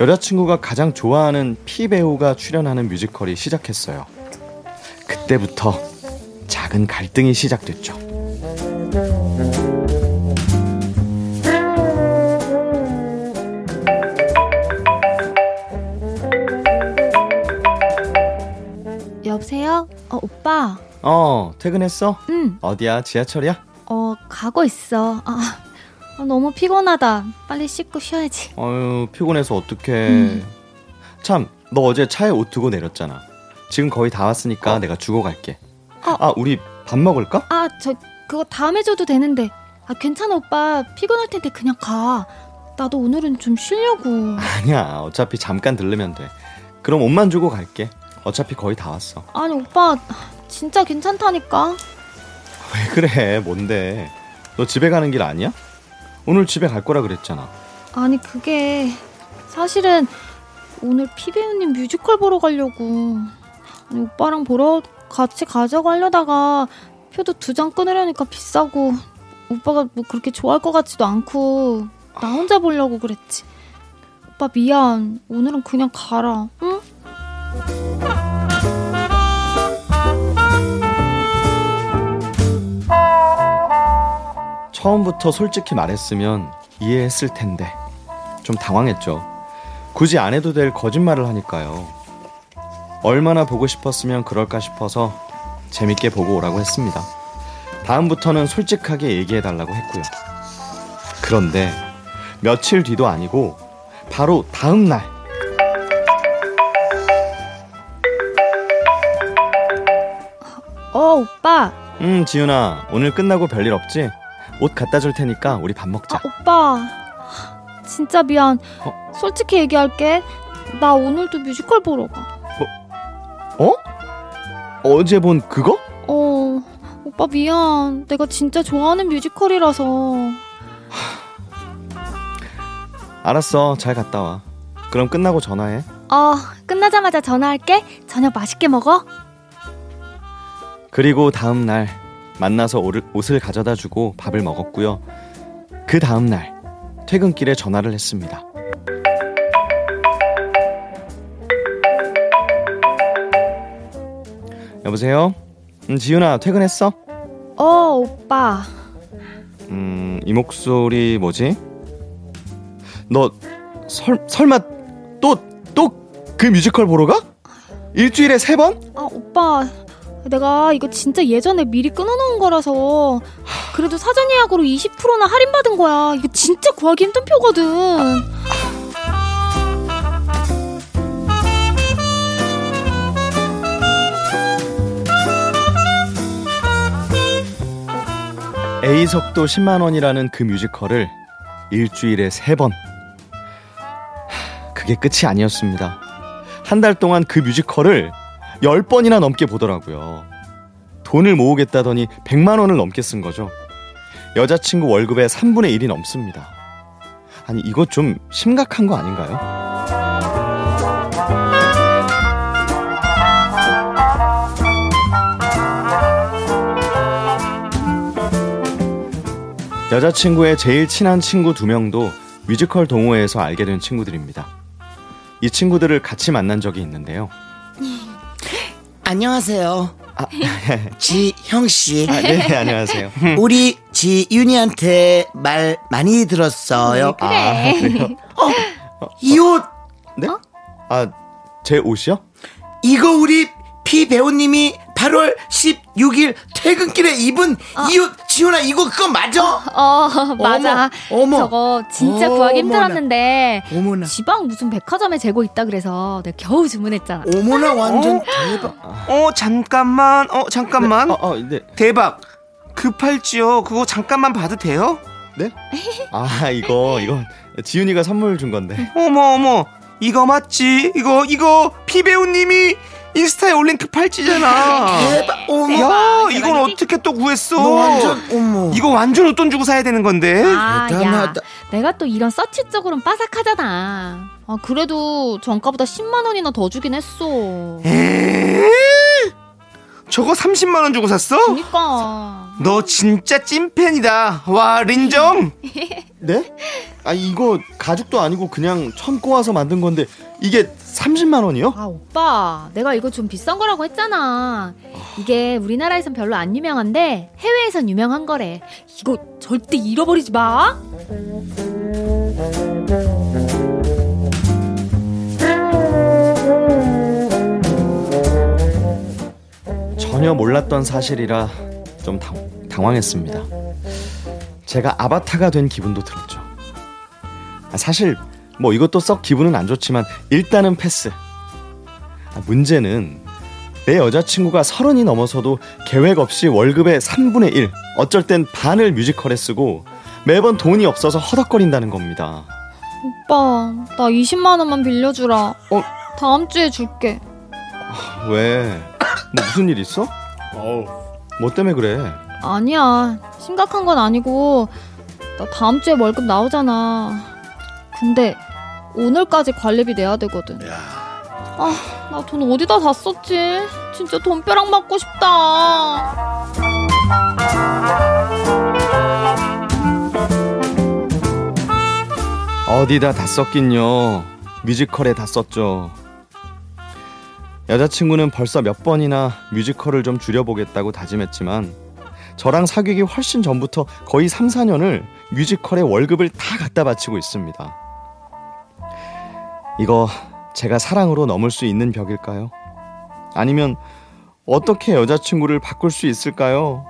Speaker 6: 여자친구가 가장 좋아하는 피 배우가 출연하는 뮤지컬이 시작했어요. 그때부터 작은 갈등이 시작됐죠.
Speaker 7: 여보세요? 어, 오빠.
Speaker 6: 어, 퇴근했어?
Speaker 7: 응.
Speaker 6: 어디야? 지하철이야?
Speaker 7: 어, 가고 있어. 아, 아, 너무 피곤하다. 빨리 씻고 쉬어야지.
Speaker 6: 어휴, 피곤해서 어떡해.
Speaker 7: 음.
Speaker 6: 참, 너 어제 차에 옷 두고 내렸잖아. 지금 거의 다 왔으니까 내가 주고 갈게.
Speaker 7: 어.
Speaker 6: 아, 우리 밥 먹을까?
Speaker 7: 아, 저 그거 다음에 줘도 되는데. 아, 괜찮아, 오빠. 피곤할 텐데 그냥 가. 나도 오늘은 좀 쉬려고.
Speaker 6: 아니야, 어차피 잠깐 들르면 돼. 그럼 옷만 주고 갈게. 어차피 거의 다 왔어.
Speaker 7: 아니, 오빠. 진짜 괜찮다니까.
Speaker 6: 왜 그래, 뭔데. 너 집에 가는 길 아니야? 오늘 집에 갈 거라 그랬잖아.
Speaker 7: 아니, 그게 사실은 오늘 피배우님 뮤지컬 보러 가려고. 아니, 오빠랑 보러 같이 가져가려다가 표도 두 장 끊으려니까 비싸고 오빠가 뭐 그렇게 좋아할 것 같지도 않고 나 혼자 보려고 그랬지. 오빠 미안. 오늘은 그냥 가라. 응?
Speaker 6: 처음부터 솔직히 말했으면 이해했을 텐데 좀 당황했죠. 굳이 안 해도 될 거짓말을 하니까요. 얼마나 보고 싶었으면 그럴까 싶어서 재밌게 보고 오라고 했습니다. 다음부터는 솔직하게 얘기해 달라고 했고요. 그런데 며칠 뒤도 아니고 바로 다음 날
Speaker 7: 어, 오빠.
Speaker 6: 음, 지윤아. 오늘 끝나고 별일 없지? 옷 갖다 줄 테니까 우리 밥
Speaker 7: 아,
Speaker 6: 먹자.
Speaker 7: 오빠. 진짜 미안.
Speaker 6: 어?
Speaker 7: 솔직히 얘기할게. 나 오늘도 뮤지컬 보러 가.
Speaker 6: 어? 어제 본 그거?
Speaker 7: 어, 오빠 미안. 내가 진짜 좋아하는 뮤지컬이라서.
Speaker 8: 어,
Speaker 6: 알았어. 잘 갔다 와. 그럼 끝나고 전화해.
Speaker 8: 어, 끝나자마자 전화할게. 저녁 맛있게 먹어.
Speaker 6: 그리고 다음 날 만나서 오를- 옷을 가져다 주고 밥을 먹었고요. 그 다음 날 퇴근길에 전화를 했습니다. 여보세요? 음, 지윤아, 퇴근했어?
Speaker 7: 어, 오빠.
Speaker 6: 음, 이 목소리 뭐지? 너 설, 설마 또 또 그 뮤지컬 보러 가? 일주일에 세 번?
Speaker 7: 아, 오빠. 내가 이거 진짜 예전에 미리 끊어놓은 거라서 그래도 사전 예약으로 20%나 할인받은 거야. 이거 진짜 구하기 힘든 표거든.
Speaker 6: A석도 10만 원이라는 그 뮤지컬을 일주일에 세 번. 하, 그게 끝이 아니었습니다. 한 달 동안 그 뮤지컬을 10번이나 넘게 보더라고요. 돈을 모으겠다더니 100만 원을 넘게 쓴 거죠. 여자친구 월급의 3분의 1이 넘습니다. 아니, 이거 좀 심각한 거 아닌가요? 여자친구의 제일 친한 친구 두 명도 뮤지컬 동호회에서 알게 된 친구들입니다. 이 친구들을 같이 만난 적이 있는데요.
Speaker 5: 안녕하세요.
Speaker 1: 아,
Speaker 5: 지형 씨,
Speaker 6: 아, 네, 안녕하세요.
Speaker 5: 우리 지윤이한테 말 많이
Speaker 1: 음,
Speaker 5: 들었어요. 어,
Speaker 6: 아, 그래요?
Speaker 5: 이 옷
Speaker 6: 어? 네? 아, 제 옷이요?
Speaker 5: 이거 우리 피 배우님이 8월 16일 퇴근길에 입은 이웃 지훈아 이거 그거 맞아?
Speaker 8: 어, 맞아.
Speaker 5: 어머.
Speaker 8: 저거 진짜
Speaker 5: 어머나.
Speaker 8: 구하기 힘들었는데
Speaker 5: 어머나
Speaker 8: 지방 무슨 백화점에 재고 있다 그래서 내가 겨우 주문했잖아.
Speaker 5: 어머나 완전
Speaker 2: 어?
Speaker 5: 대박
Speaker 2: 어 잠깐만 어 잠깐만
Speaker 6: 어, 어, 네.
Speaker 2: 대박 급할지요 그거 잠깐만 봐도 돼요?
Speaker 6: 아, 이거, 이건 지훈이가 선물 준 건데.
Speaker 2: 어머 어머 이거 맞지 이거 이거 피 배우님이 인스타에 올린 급팔찌잖아
Speaker 5: 대박 어머
Speaker 2: 야 이건 어떻게 또 구했어
Speaker 5: 너 완전 어머
Speaker 2: 이거 완전 웃돈 주고 사야 되는 건데
Speaker 8: 아, 야.
Speaker 5: 대단하다.
Speaker 8: 내가 또 이런 서치 쪽으로는 빠삭하잖아.
Speaker 7: 아, 그래도 정가보다 10만 원이나 더 주긴 했어.
Speaker 2: 에? 저거 30만 원 주고 샀어?
Speaker 8: 그러니까.
Speaker 7: 그니까.
Speaker 2: 너 진짜 찐팬이다 와 린정
Speaker 6: 네? 아, 이거 가죽도 아니고 그냥 천 꼬아서 만든 건데 이게 30만 원이요?
Speaker 7: 아, 오빠.
Speaker 8: 오빠, 내가 이거 좀 비싼 거라고 했잖아. 이게 우리나라에선 별로 안 유명한데 해외에선 유명한 거래. 이거 절대 잃어버리지 마.
Speaker 6: 전혀 몰랐던 사실이라 좀 당, 당황했습니다. 제가 아바타가 된 기분도 들었죠. 아, 사실 뭐 이것도 썩 기분은 안 좋지만 일단은 패스. 아, 문제는 내 여자친구가 서른이 넘어서도 계획 없이 월급의 3분의 1, 어쩔 땐 반을 뮤지컬에 쓰고 매번 돈이 없어서 허덕거린다는 겁니다.
Speaker 7: 오빠, 나 20만 원만 빌려주라.
Speaker 6: 어?
Speaker 7: 다음 주에 줄게.
Speaker 6: 왜? 뭐 무슨 일 있어? 뭐 때문에 그래?
Speaker 7: 아니야. 심각한 건 아니고 나 다음 주에 월급 나오잖아. 근데 오늘까지 관리비 내야 되거든. 아, 나 돈 어디다 다 썼지? 진짜 돈벼락 맞고 싶다.
Speaker 6: 어디다 다 썼긴요. 뮤지컬에 다 썼죠. 여자친구는 벌써 몇 번이나 뮤지컬을 좀 줄여보겠다고 다짐했지만 저랑 사귀기 훨씬 전부터 거의 3, 4년을 뮤지컬에 월급을 다 갖다 바치고 있습니다. 이거 제가 사랑으로 넘을 수 있는 벽일까요? 아니면 어떻게 여자친구를 바꿀 수 있을까요?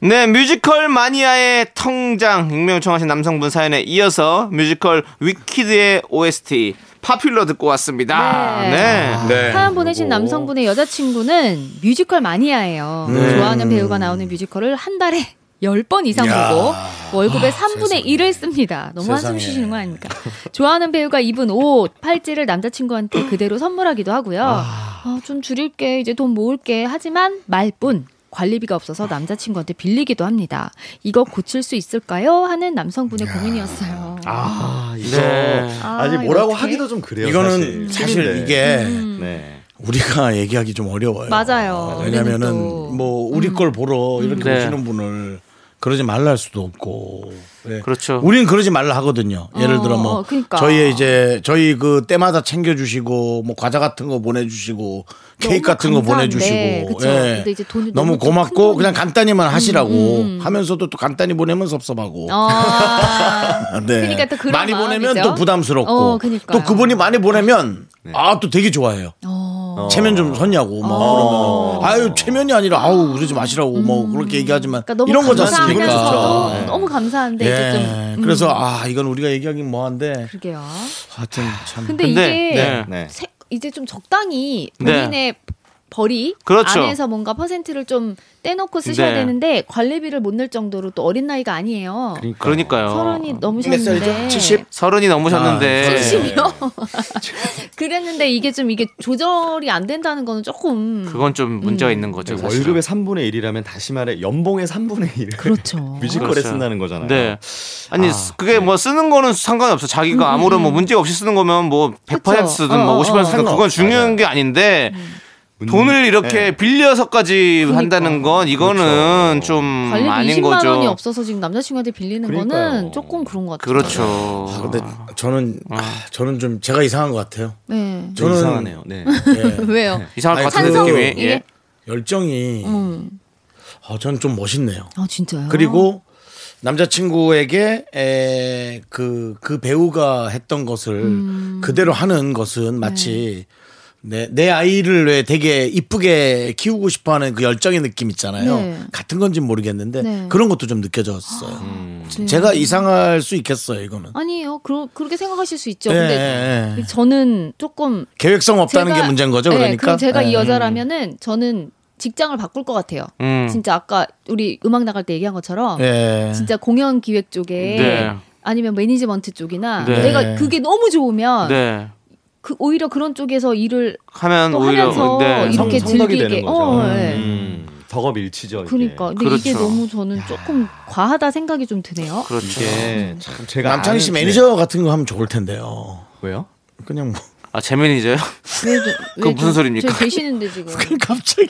Speaker 2: 네 뮤지컬 마니아의 통장 익명 요청하신 남성분 사연에 이어서 뮤지컬 위키드의 OST 파퓰러 듣고 왔습니다
Speaker 8: 네.
Speaker 2: 네.
Speaker 6: 아,
Speaker 1: 네.
Speaker 8: 사연 보내신 남성분의 여자친구는 뮤지컬 마니아예요.
Speaker 1: 네.
Speaker 8: 좋아하는 배우가 나오는 뮤지컬을 한 달에 10번 이상
Speaker 1: 야.
Speaker 8: 보고 월급의 3분의 1을 씁니다. 너무 한숨
Speaker 1: 세상에.
Speaker 8: 쉬시는 거 아닙니까? 좋아하는 배우가 입은 옷, 팔찌를 남자친구한테 그대로 선물하기도 하고요. 아, 좀 줄일게, 이제 돈 모을게. 하지만 말뿐. 관리비가 없어서 남자친구한테 빌리기도 합니다. 이거 고칠 수 있을까요? 하는 남성분의 고민이었어요.
Speaker 6: 아, 이거
Speaker 2: 네.
Speaker 6: 아직
Speaker 8: 아,
Speaker 6: 뭐라고
Speaker 8: 이렇게?
Speaker 6: 하기도 좀 그래요.
Speaker 1: 이거는 사실,
Speaker 6: 네.
Speaker 1: 이게
Speaker 6: 네.
Speaker 1: 우리가 얘기하기 좀 어려워요.
Speaker 8: 음. 맞아요. 음.
Speaker 1: 왜냐면은
Speaker 8: 우리는 또.
Speaker 1: 뭐 우리 걸 보러 이렇게
Speaker 2: 네.
Speaker 1: 오시는 분을 그러지 말라 할 수도 없고. 예.
Speaker 2: 그렇죠.
Speaker 1: 우린 그러지 말라 하거든요. 예를
Speaker 8: 어,
Speaker 1: 들어 뭐
Speaker 8: 어, 그러니까.
Speaker 1: 저희 이제 저희 그 때마다 챙겨주시고 뭐 과자 같은 거 보내주시고 케이크 같은 거
Speaker 8: 감사한데,
Speaker 1: 보내주시고 예.
Speaker 8: 그쵸. 근데 이제 돈이
Speaker 1: 너무
Speaker 8: 너무 큰
Speaker 1: 고맙고
Speaker 8: 돈이- 음,
Speaker 1: 그냥 간단히만 하시라고 하면서도 또 간단히 보내면 섭섭하고.
Speaker 8: 아.
Speaker 1: 네.
Speaker 8: 그러니까 또 그런
Speaker 1: 많이
Speaker 8: 마음이죠.
Speaker 1: 보내면 또 부담스럽고
Speaker 8: 어, 그러니까요.
Speaker 1: 또 그분이 많이 보내면 아 또 되게 좋아해요.
Speaker 8: 어.
Speaker 1: 체면 좀 섰냐고 막 그러면 아유 체면이 아니라 아우 그러지 마시라고 뭐 그렇게 얘기하지만
Speaker 8: 그러니까 너무
Speaker 1: 이런 거지 않습니까?
Speaker 8: 감사하면서도
Speaker 1: 그렇죠.
Speaker 8: 너무 감사한데 이제
Speaker 1: 예.
Speaker 8: 좀 음,
Speaker 1: 그래서 음, 아 이건 우리가 얘기하긴 뭐한데
Speaker 8: 그러게요.
Speaker 1: 하여튼 참
Speaker 8: 근데, 이게
Speaker 2: 네.
Speaker 6: 네.
Speaker 8: 세- 이제 좀 적당히
Speaker 2: 네.
Speaker 8: 본인의 벌이
Speaker 2: 그렇죠.
Speaker 8: 안에서 뭔가 퍼센트를 좀 떼놓고 쓰셔야
Speaker 2: 네.
Speaker 8: 되는데 관리비를 못 낼 정도로 또 어린 나이가 아니에요.
Speaker 2: 그러니까요
Speaker 8: 서른이
Speaker 1: 몇 살이죠?
Speaker 8: 넘으셨는데
Speaker 1: 70?
Speaker 2: 서른이 넘으셨는데
Speaker 8: 이요 그랬는데 이게 좀 이게 조절이 안 된다는 거는 조금
Speaker 2: 그건 좀
Speaker 8: 음.
Speaker 2: 문제가 있는 거죠.
Speaker 6: 네,
Speaker 2: 사실은.
Speaker 6: 월급의 3분의 1이라면 다시 말해 연봉의 3분의 1을
Speaker 8: 그렇죠.
Speaker 6: 뮤지컬에
Speaker 2: 그렇죠.
Speaker 6: 쓴다는 거잖아요.
Speaker 2: 네. 아니 그게 뭐 쓰는 거는 상관이 없어. 자기가 아무런 뭐 문제 없이 쓰는 거면 뭐 100%
Speaker 8: 음, 그쵸.
Speaker 2: 쓰든
Speaker 8: 어,
Speaker 2: 뭐
Speaker 8: 어,
Speaker 2: 50% 쓰든
Speaker 1: 어.
Speaker 2: 그건 중요한 게 아닌데 돈을 이렇게 빌려서까지 한다는 건 이거는 좀
Speaker 8: 그러니까. 관리비
Speaker 2: 음, 아닌
Speaker 8: 20만
Speaker 2: 거죠.
Speaker 8: 원이 없어서 지금 남자친구한테 빌리는
Speaker 6: 그러니까요.
Speaker 8: 거는 조금 그런 것 같아요.
Speaker 2: 그렇죠.
Speaker 1: 아, 근데 저는 아, 저는 좀 제가 이상한 것 같아요.
Speaker 8: 네.
Speaker 6: 저는
Speaker 1: 저는-
Speaker 6: 이상하네요. 네.
Speaker 1: 예.
Speaker 8: 왜요?
Speaker 2: 이상할
Speaker 1: 아니,
Speaker 2: 것 같은
Speaker 1: 찬성,
Speaker 2: 느낌이.
Speaker 8: 이게-
Speaker 2: 예.
Speaker 1: 열정이
Speaker 8: 음.
Speaker 1: 어, 저는 좀 멋있네요.
Speaker 8: 아 진짜요?
Speaker 1: 그리고 남자친구에게 에, 그, 그 배우가 했던 것을
Speaker 8: 음.
Speaker 1: 그대로 하는 것은 마치 내, 내 아이를 왜 되게 이쁘게 키우고 싶어 하는 그 열정의 느낌 있잖아요.
Speaker 8: 네.
Speaker 1: 같은 건지 는 모르겠는데
Speaker 8: 네.
Speaker 1: 그런 것도 좀 느껴졌어요.
Speaker 6: 음.
Speaker 8: 네.
Speaker 1: 제가 이상할 수 있겠어요, 이거는.
Speaker 8: 아니에요. 그러, 그렇게 생각하실 수 있죠.
Speaker 1: 예,
Speaker 8: 근데
Speaker 1: 예, 예.
Speaker 8: 저는 조금
Speaker 1: 계획성 없다는
Speaker 8: 제가-
Speaker 1: 게 문제인 거죠,
Speaker 8: 네,
Speaker 1: 그러니까.
Speaker 8: 그럼 제가
Speaker 1: 예.
Speaker 8: 이 여자라면은 저는 직장을 바꿀 것 같아요.
Speaker 2: 음.
Speaker 8: 진짜 아까 우리 음악 나갈 때 얘기한 것처럼
Speaker 1: 예.
Speaker 8: 진짜 공연 기획 쪽에
Speaker 2: 네.
Speaker 8: 아니면 매니지먼트 쪽이나
Speaker 2: 네.
Speaker 8: 내가 그게 너무 좋으면
Speaker 2: 네.
Speaker 8: 그 오히려 그런 쪽에서 일을
Speaker 2: 하면
Speaker 8: 또
Speaker 2: 오히려
Speaker 8: 하면서
Speaker 2: 네.
Speaker 6: 성-
Speaker 8: 이렇게
Speaker 6: 성덕이
Speaker 8: 즐기게.
Speaker 6: 되는 거죠.
Speaker 8: 어, 예.
Speaker 6: 음, 덕업일치죠. 이게.
Speaker 8: 그러니까 근데 이게
Speaker 2: 그렇죠.
Speaker 8: 너무 저는 조금 과하다 생각이 좀 드네요.
Speaker 2: 그렇죠.
Speaker 6: 이게
Speaker 8: 아.
Speaker 6: 참 제가
Speaker 1: 남창희 씨
Speaker 6: 아는-
Speaker 1: 매니저 같은 거 하면 좋을 텐데요.
Speaker 6: 네. 왜요?
Speaker 1: 그냥 뭐.
Speaker 2: 아, 제 매니저요?
Speaker 8: 왜, 저- 왜
Speaker 2: 그건 무슨
Speaker 8: 저-
Speaker 2: 소리입니까?
Speaker 8: 저 계시는데 지금.
Speaker 1: 갑자기.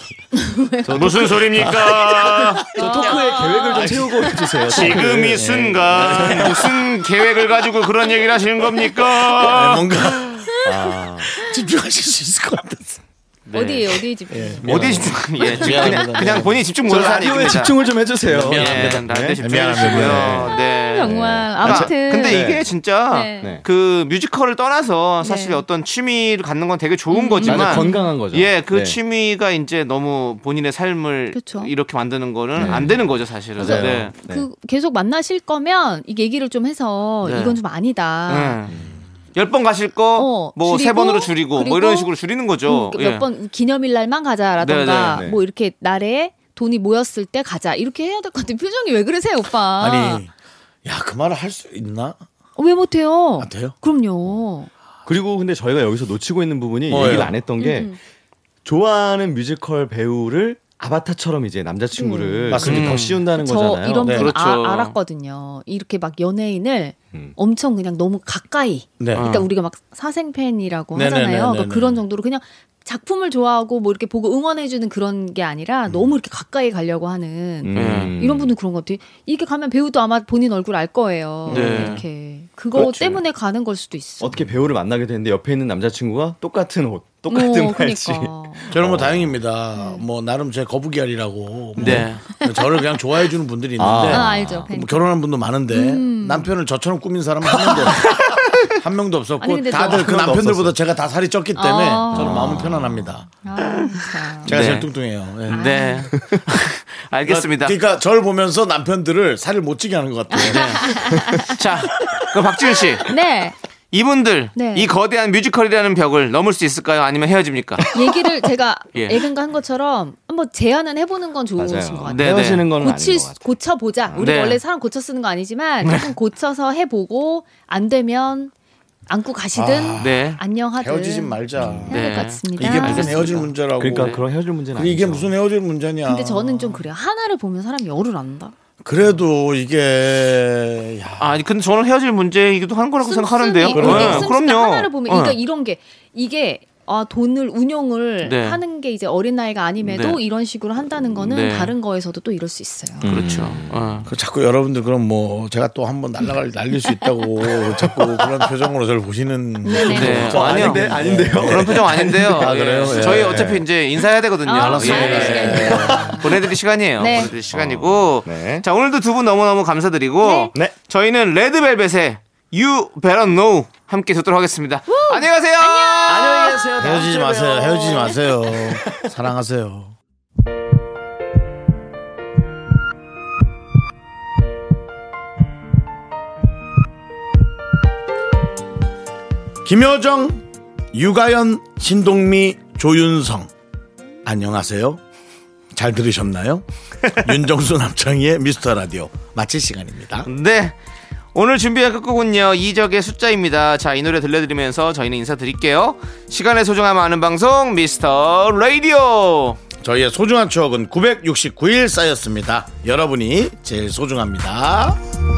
Speaker 10: 무슨 소리입니까?
Speaker 6: 저 토크의 계획을 좀 세우고
Speaker 1: 아,
Speaker 6: 해주세요.
Speaker 10: 지금 이 순간
Speaker 2: 무슨 계획을 가지고 그런 얘기를 하시는
Speaker 1: 아,
Speaker 2: 겁니까?
Speaker 1: 뭔가
Speaker 6: 아.
Speaker 1: 집중하실 수 있을 것 같아서.
Speaker 8: 네.
Speaker 2: 네.
Speaker 8: 어디에요? 어디에 집중?
Speaker 2: 어디 집중? 예, 지금
Speaker 1: 미안합니다.
Speaker 2: 그냥, 그냥 본인이 집중
Speaker 6: 저
Speaker 2: 못해서
Speaker 6: 라디오에
Speaker 2: 하니까.
Speaker 6: 집중을 좀 해주세요.
Speaker 2: 예,
Speaker 1: 미안합니다.
Speaker 2: 나한테
Speaker 6: 네.
Speaker 2: 집중해주시고요. 네.
Speaker 8: 정말
Speaker 2: 아, 자,
Speaker 8: 아무튼
Speaker 2: 근데
Speaker 6: 네.
Speaker 2: 이게 진짜
Speaker 8: 네.
Speaker 6: 네.
Speaker 2: 그 뮤지컬을 떠나서 사실
Speaker 8: 네. 음,
Speaker 2: 어떤 취미를 갖는 건 되게 좋은 거지만
Speaker 6: 맞아, 건강한 거죠.
Speaker 2: 예, 그
Speaker 6: 네.
Speaker 2: 취미가 이제 너무 본인의 삶을
Speaker 8: 그쵸.
Speaker 2: 이렇게 만드는 거는 안 되는 거죠, 사실은.
Speaker 6: 네. 맞아요.
Speaker 2: 네.
Speaker 6: 네.
Speaker 8: 그 계속 만나실 거면 이 얘기를 좀 해서
Speaker 2: 네.
Speaker 8: 이건 좀 아니다.
Speaker 2: 예. 열 번 가실 거,
Speaker 8: 어,
Speaker 2: 뭐 세
Speaker 8: 줄이고,
Speaker 2: 번으로 줄이고, 뭐 이런
Speaker 8: 음, 그리고
Speaker 2: 식으로 줄이는 거죠. 예.
Speaker 8: 몇 번 기념일 날만 가자라던가
Speaker 6: 네, 네, 네.
Speaker 8: 뭐 이렇게 날에 돈이 모였을 때 가자 이렇게 해야 될 것 같은데 표정이 왜 그러세요 오빠?
Speaker 1: 아니, 야, 그 말을 할 수 있나?
Speaker 8: 어, 왜 못해요?
Speaker 1: 아, 돼요?
Speaker 8: 그럼요.
Speaker 6: 그리고 근데 저희가 여기서 놓치고 있는 부분이
Speaker 1: 뭐예요?
Speaker 6: 얘기를 안 했던
Speaker 8: 음,
Speaker 6: 게 좋아하는 뮤지컬 배우를 아바타처럼 이제 남자친구를 그렇게
Speaker 1: 맞습니다.
Speaker 6: 더 씌운다는
Speaker 8: 저
Speaker 6: 거잖아요.
Speaker 8: 음. 이런
Speaker 1: 음.
Speaker 8: 분
Speaker 1: 네.
Speaker 2: 그렇죠.
Speaker 8: 아, 알았거든요. 이렇게 막 연예인을
Speaker 6: 음.
Speaker 8: 엄청 그냥 너무 가까이
Speaker 1: 네.
Speaker 8: 그러니까 우리가 막 사생팬이라고
Speaker 1: 네네네네네.
Speaker 8: 하잖아요. 그러니까 그런 정도로 그냥 작품을 좋아하고 뭐 이렇게 보고 응원해주는 그런 게 아니라 너무 이렇게 가까이 가려고 하는
Speaker 6: 음.
Speaker 8: 이런 분은 그런 것 같아요. 이렇게 가면 배우도 아마 본인 얼굴 알 거예요.
Speaker 2: 네.
Speaker 8: 이렇게 그거
Speaker 6: 그렇죠.
Speaker 8: 때문에 가는 걸 수도 있어.
Speaker 6: 어떻게 배우를 만나게 되는데 옆에 있는 남자친구가 똑같은 옷, 똑같은
Speaker 8: 어,
Speaker 6: 팔찌.
Speaker 8: 그러니까.
Speaker 1: 저는 뭐 다행입니다. 뭐 나름 제 거북이알이라고. 뭐
Speaker 2: 어. 네.
Speaker 1: 저를 그냥 좋아해 주는 분들이 있는데
Speaker 8: 아 알죠. 팬.
Speaker 1: 뭐 결혼한 분도 많은데 남편을 저처럼 꾸민 사람은 한 명도 없- 한 명도
Speaker 8: 아니,
Speaker 1: 없었고
Speaker 8: 근데
Speaker 1: 다들
Speaker 8: 저-
Speaker 1: 그 남편들보다 제가 다 살이 쪘기 때문에
Speaker 8: 아.
Speaker 1: 저는 마음은 편안합니다.
Speaker 8: 아, 진짜.
Speaker 1: 제가
Speaker 2: 네.
Speaker 1: 제일 뚱뚱해요. 예.
Speaker 2: 네. 알겠습니다.
Speaker 1: 그러니까 저를 보면서 남편들을 살을 못 찌게 하는 것 같아요. 네.
Speaker 2: 자, 그럼 박지윤 씨.
Speaker 8: 네.
Speaker 2: 이분들,
Speaker 8: 네.
Speaker 2: 이 거대한 뮤지컬이라는 벽을 넘을 수 있을까요? 아니면 헤어집니까?
Speaker 8: 얘기를 제가
Speaker 2: 예.
Speaker 8: 예근과 한 것처럼 한번 제안은 해보는 건 좋으신 것
Speaker 6: 맞아요.
Speaker 8: 같아요.
Speaker 2: 네,
Speaker 6: 헤어지는 건 아닌
Speaker 8: 고칠
Speaker 6: 것
Speaker 8: 수-
Speaker 6: 같아요.
Speaker 8: 고쳐보자. 우리
Speaker 2: 네.
Speaker 8: 가 원래 사람 고쳐 쓰는 거 아니지만 조금 고쳐서 해보고 안 되면 안고 가시든
Speaker 2: 네.
Speaker 8: 안녕하든
Speaker 1: 헤어지지 말자.
Speaker 8: 해야 될
Speaker 2: 네.
Speaker 8: 것 같습니다.
Speaker 1: 이게 무슨
Speaker 2: 알겠습니다.
Speaker 1: 헤어질 문제라고.
Speaker 6: 아, 그러니까 그런 헤어질 문제는
Speaker 1: 그리고 이게
Speaker 6: 아니죠.
Speaker 1: 무슨 헤어질 문제냐.
Speaker 8: 근데 저는 좀 그래요. 하나를 보면 사람이 열을 안다.
Speaker 1: 그래도 이게 야,
Speaker 2: 네. 아니, 근데 저는 헤어질 문제이기도 한 거라고 생각하는데요.
Speaker 1: 그게
Speaker 2: 네,
Speaker 1: 씀씀이
Speaker 2: 그럼요.
Speaker 8: 하나를 보면 그러니까
Speaker 2: 네.
Speaker 8: 이런 게 이게 아 돈을 운용을
Speaker 2: 네.
Speaker 8: 하는 게 이제 어린 나이가 아님에도
Speaker 2: 네.
Speaker 8: 이런 식으로 한다는 거는
Speaker 2: 네.
Speaker 8: 다른 거에서도 또 이럴 수 있어요.
Speaker 2: 그렇죠. 어.
Speaker 1: 그 자꾸 여러분들 그럼 뭐 제가 또 한번 날라갈 날릴 수 있다고 자꾸 그런 표정으로 저를 보시는
Speaker 2: 네.
Speaker 1: 저
Speaker 2: 아니요.
Speaker 1: 아닌데 아닌데요.
Speaker 2: 그런 표정 아닌데요.
Speaker 1: 아, 그래요?
Speaker 2: 예.
Speaker 1: 예.
Speaker 2: 저희 어차피 이제 인사해야 되거든요.
Speaker 8: 아, 알았어요.
Speaker 2: 예.
Speaker 8: 가야 되시겠네요.
Speaker 2: 보내드릴 시간이에요.
Speaker 8: 네.
Speaker 2: 보내드릴
Speaker 1: 어,
Speaker 2: 시간이고.
Speaker 6: 네.
Speaker 2: 자, 오늘도 두 분 너무너무 감사드리고.
Speaker 6: 네.
Speaker 2: 저희는 레드벨벳의 You Better Know 함께 듣도록 하겠습니다. 안녕히 가세요. 안녕히 계세요.
Speaker 1: 헤어지지 마세요. 네. 헤어지지 마세요. 사랑하세요. 김효정, 유가연, 신동미, 조윤성. 안녕하세요. 잘 들으셨나요? 윤정수 남창희의 미스터 라디오 마칠 시간입니다.
Speaker 2: 네. 오늘 준비한 끝곡은요. 이적의 숫자입니다. 자, 이 노래 들려드리면서 저희는 인사드릴게요. 시간의 소중함 아는 방송 미스터 라디오.
Speaker 1: 저희의 소중한 추억은 969일 쌓였습니다. 여러분이 제일 소중합니다.